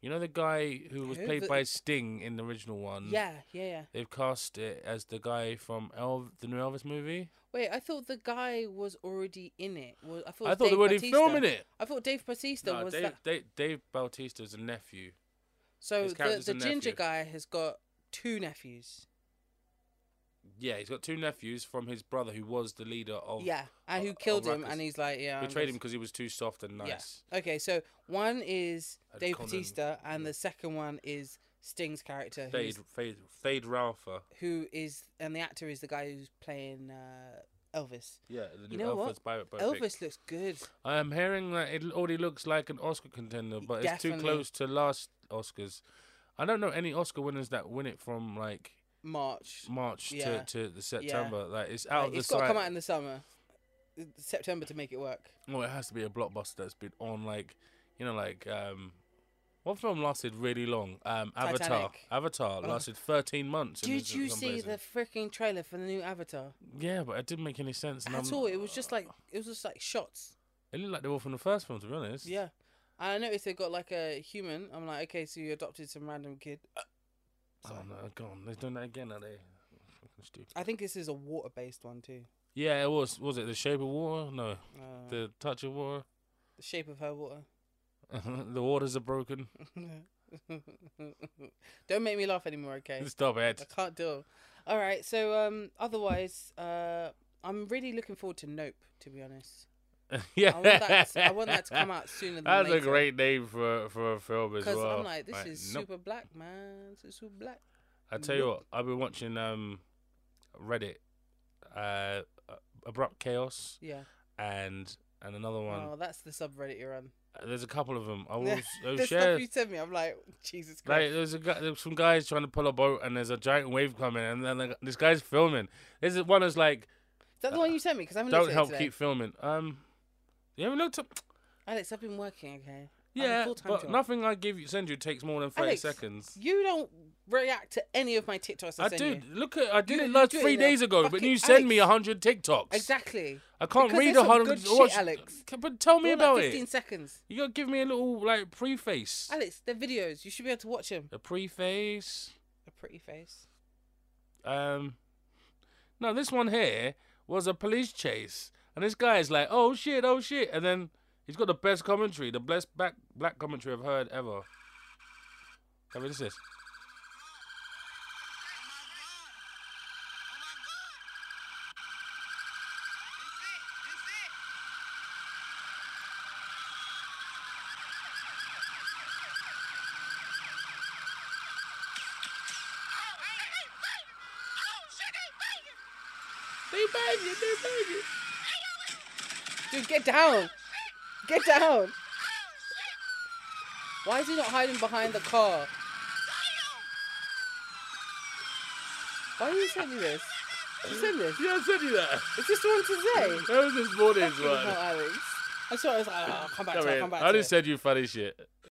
Speaker 1: You know the guy who was
Speaker 2: Who?
Speaker 1: played
Speaker 2: The-
Speaker 1: by Sting in the original one.
Speaker 2: yeah, yeah, yeah.
Speaker 1: They've cast it as the guy from Elv- the new Elvis movie.
Speaker 2: Wait, I thought the guy was already in it. Well, I thought, it
Speaker 1: I
Speaker 2: was
Speaker 1: thought they
Speaker 2: Dave
Speaker 1: were already
Speaker 2: Bautista.
Speaker 1: filming it.
Speaker 2: I thought Dave Batista
Speaker 1: No,
Speaker 2: was
Speaker 1: Dave,
Speaker 2: that.
Speaker 1: Dave, Dave Bautista's a nephew.
Speaker 2: So
Speaker 1: his
Speaker 2: the,
Speaker 1: character's
Speaker 2: the
Speaker 1: a
Speaker 2: ginger
Speaker 1: nephew.
Speaker 2: guy has got two nephews.
Speaker 1: Yeah, he's got two nephews from his brother who was the leader of.
Speaker 2: yeah, and
Speaker 1: oh,
Speaker 2: who killed
Speaker 1: oh,
Speaker 2: him?
Speaker 1: Ruckus.
Speaker 2: And he's like, yeah, I'm
Speaker 1: Betrayed him
Speaker 2: just-
Speaker 1: because he was too soft and
Speaker 2: Yeah.
Speaker 1: nice.
Speaker 2: Okay, so one is
Speaker 1: And
Speaker 2: Dave
Speaker 1: Conan.
Speaker 2: Batista, and the second one is Sting's character, who
Speaker 1: Thade,
Speaker 2: is,
Speaker 1: Thade, Thade Ralpher.
Speaker 2: who is, and the actor is the guy who's playing uh, Elvis.
Speaker 1: Yeah, the new
Speaker 2: know
Speaker 1: Elvis
Speaker 2: what?
Speaker 1: Pirate Boat Pick.
Speaker 2: Elvis looks good.
Speaker 1: I'm hearing that it already looks like an Oscar contender, but it's too
Speaker 2: Definitely.
Speaker 1: close to last Oscars. I don't know any Oscar winners that win it from like
Speaker 2: March.
Speaker 1: March
Speaker 2: Yeah.
Speaker 1: to, to the September. Like it's out
Speaker 2: Like,
Speaker 1: of the
Speaker 2: it's got to come out
Speaker 1: sight.
Speaker 2: in the summer, uh, September to make it work.
Speaker 1: Well, it has to be a blockbuster that's been on like, you know, like um, what film lasted really long? Um, Avatar.
Speaker 2: Titanic. Oh.
Speaker 1: Avatar lasted 13 months. in
Speaker 2: Did
Speaker 1: s-
Speaker 2: you
Speaker 1: some
Speaker 2: see
Speaker 1: places.
Speaker 2: the freaking trailer for the new Avatar?
Speaker 1: Yeah, but it didn't make any sense. and
Speaker 2: At
Speaker 1: I'm-
Speaker 2: all, it was just like it was just like shots.
Speaker 1: It looked like they were from the first film, to be honest.
Speaker 2: Yeah, and I noticed they got like a human. I'm like, okay, so you adopted some random kid.
Speaker 1: Oh no, gone. They're doing that again, are they? Fucking stupid.
Speaker 2: I think this is a water based one too.
Speaker 1: Yeah, it was. Was it the Shape of Water? No,
Speaker 2: Uh, the,
Speaker 1: the Touch of Water.
Speaker 2: shape of her water.
Speaker 1: [laughs]
Speaker 2: [laughs]
Speaker 1: the waters are broken.
Speaker 2: Don't make me laugh anymore, okay?
Speaker 1: [laughs] Stop
Speaker 2: I
Speaker 1: it.
Speaker 2: can't do. All right. So um, otherwise, uh, I'm really looking forward to Nope. To be honest,
Speaker 1: [laughs] yeah,
Speaker 2: I want that. I want that
Speaker 1: [laughs]
Speaker 2: to come out sooner than
Speaker 1: That's
Speaker 2: later.
Speaker 1: a great name for for a film as
Speaker 2: Because
Speaker 1: well.
Speaker 2: I'm like, this
Speaker 1: Like,
Speaker 2: is
Speaker 1: nope.
Speaker 2: super black, man. This is super black.
Speaker 1: I tell you what, I've been watching um, Reddit, uh, Abrupt Chaos,
Speaker 2: Yeah.
Speaker 1: and and another one.
Speaker 2: Oh, that's the subreddit you're on.
Speaker 1: Uh, There's a couple of
Speaker 2: [laughs]
Speaker 1: them. I will s- I will
Speaker 2: the
Speaker 1: share.
Speaker 2: stuff you send me, I'm like, Jesus
Speaker 1: Like
Speaker 2: Christ.
Speaker 1: there's a guy, there's some guys trying to pull a boat, and there's a giant wave coming, and then like, this guy's filming. This is one that's like,
Speaker 2: is that the one you sent me? Because I haven't
Speaker 1: don't
Speaker 2: looked at it
Speaker 1: help
Speaker 2: today.
Speaker 1: keep filming. Um, you ever looked up?
Speaker 2: Alex, I've been working. Okay. I have a
Speaker 1: Yeah,
Speaker 2: full-time
Speaker 1: but
Speaker 2: job.
Speaker 1: nothing I give you send you takes more than thirty
Speaker 2: Alex,
Speaker 1: seconds.
Speaker 2: You don't react to any of my TikToks I,
Speaker 1: I
Speaker 2: send
Speaker 1: do.
Speaker 2: you.
Speaker 1: Look at I did
Speaker 2: You-
Speaker 1: it
Speaker 2: you
Speaker 1: last
Speaker 2: do it
Speaker 1: three
Speaker 2: in a
Speaker 1: days ago, but
Speaker 2: fucking-
Speaker 1: you send me a
Speaker 2: Alex.
Speaker 1: hundred TikToks.
Speaker 2: Exactly.
Speaker 1: I can't
Speaker 2: Because
Speaker 1: read
Speaker 2: there's
Speaker 1: a
Speaker 2: some
Speaker 1: hundred.
Speaker 2: good shit,
Speaker 1: watch-
Speaker 2: Alex.
Speaker 1: C- [laughs] But tell me
Speaker 2: They're all
Speaker 1: about
Speaker 2: like
Speaker 1: it.
Speaker 2: 15 seconds.
Speaker 1: You gotta give me a little like preface.
Speaker 2: Alex, they're videos. You should be able to watch them.
Speaker 1: A preface.
Speaker 2: A pretty face.
Speaker 1: Um, no, this one here was a police chase, and this guy is like, "Oh shit, oh shit," and then he's got the best commentary, the best black black commentary I've heard ever. I mean, this is. They banging, they banging.
Speaker 2: Dude, get down. Get down. Why is he not hiding behind the car? Why are you sending this? You send this?
Speaker 1: Yeah, I sent you that. [laughs]
Speaker 2: Is this the one today?
Speaker 1: That was this morning's
Speaker 2: Fucking hell,
Speaker 1: one.
Speaker 2: Alex. I swear I was like, oh, come back
Speaker 1: I
Speaker 2: to it,
Speaker 1: mean,
Speaker 2: come back
Speaker 1: I
Speaker 2: to
Speaker 1: just
Speaker 2: it.
Speaker 1: send you funny shit.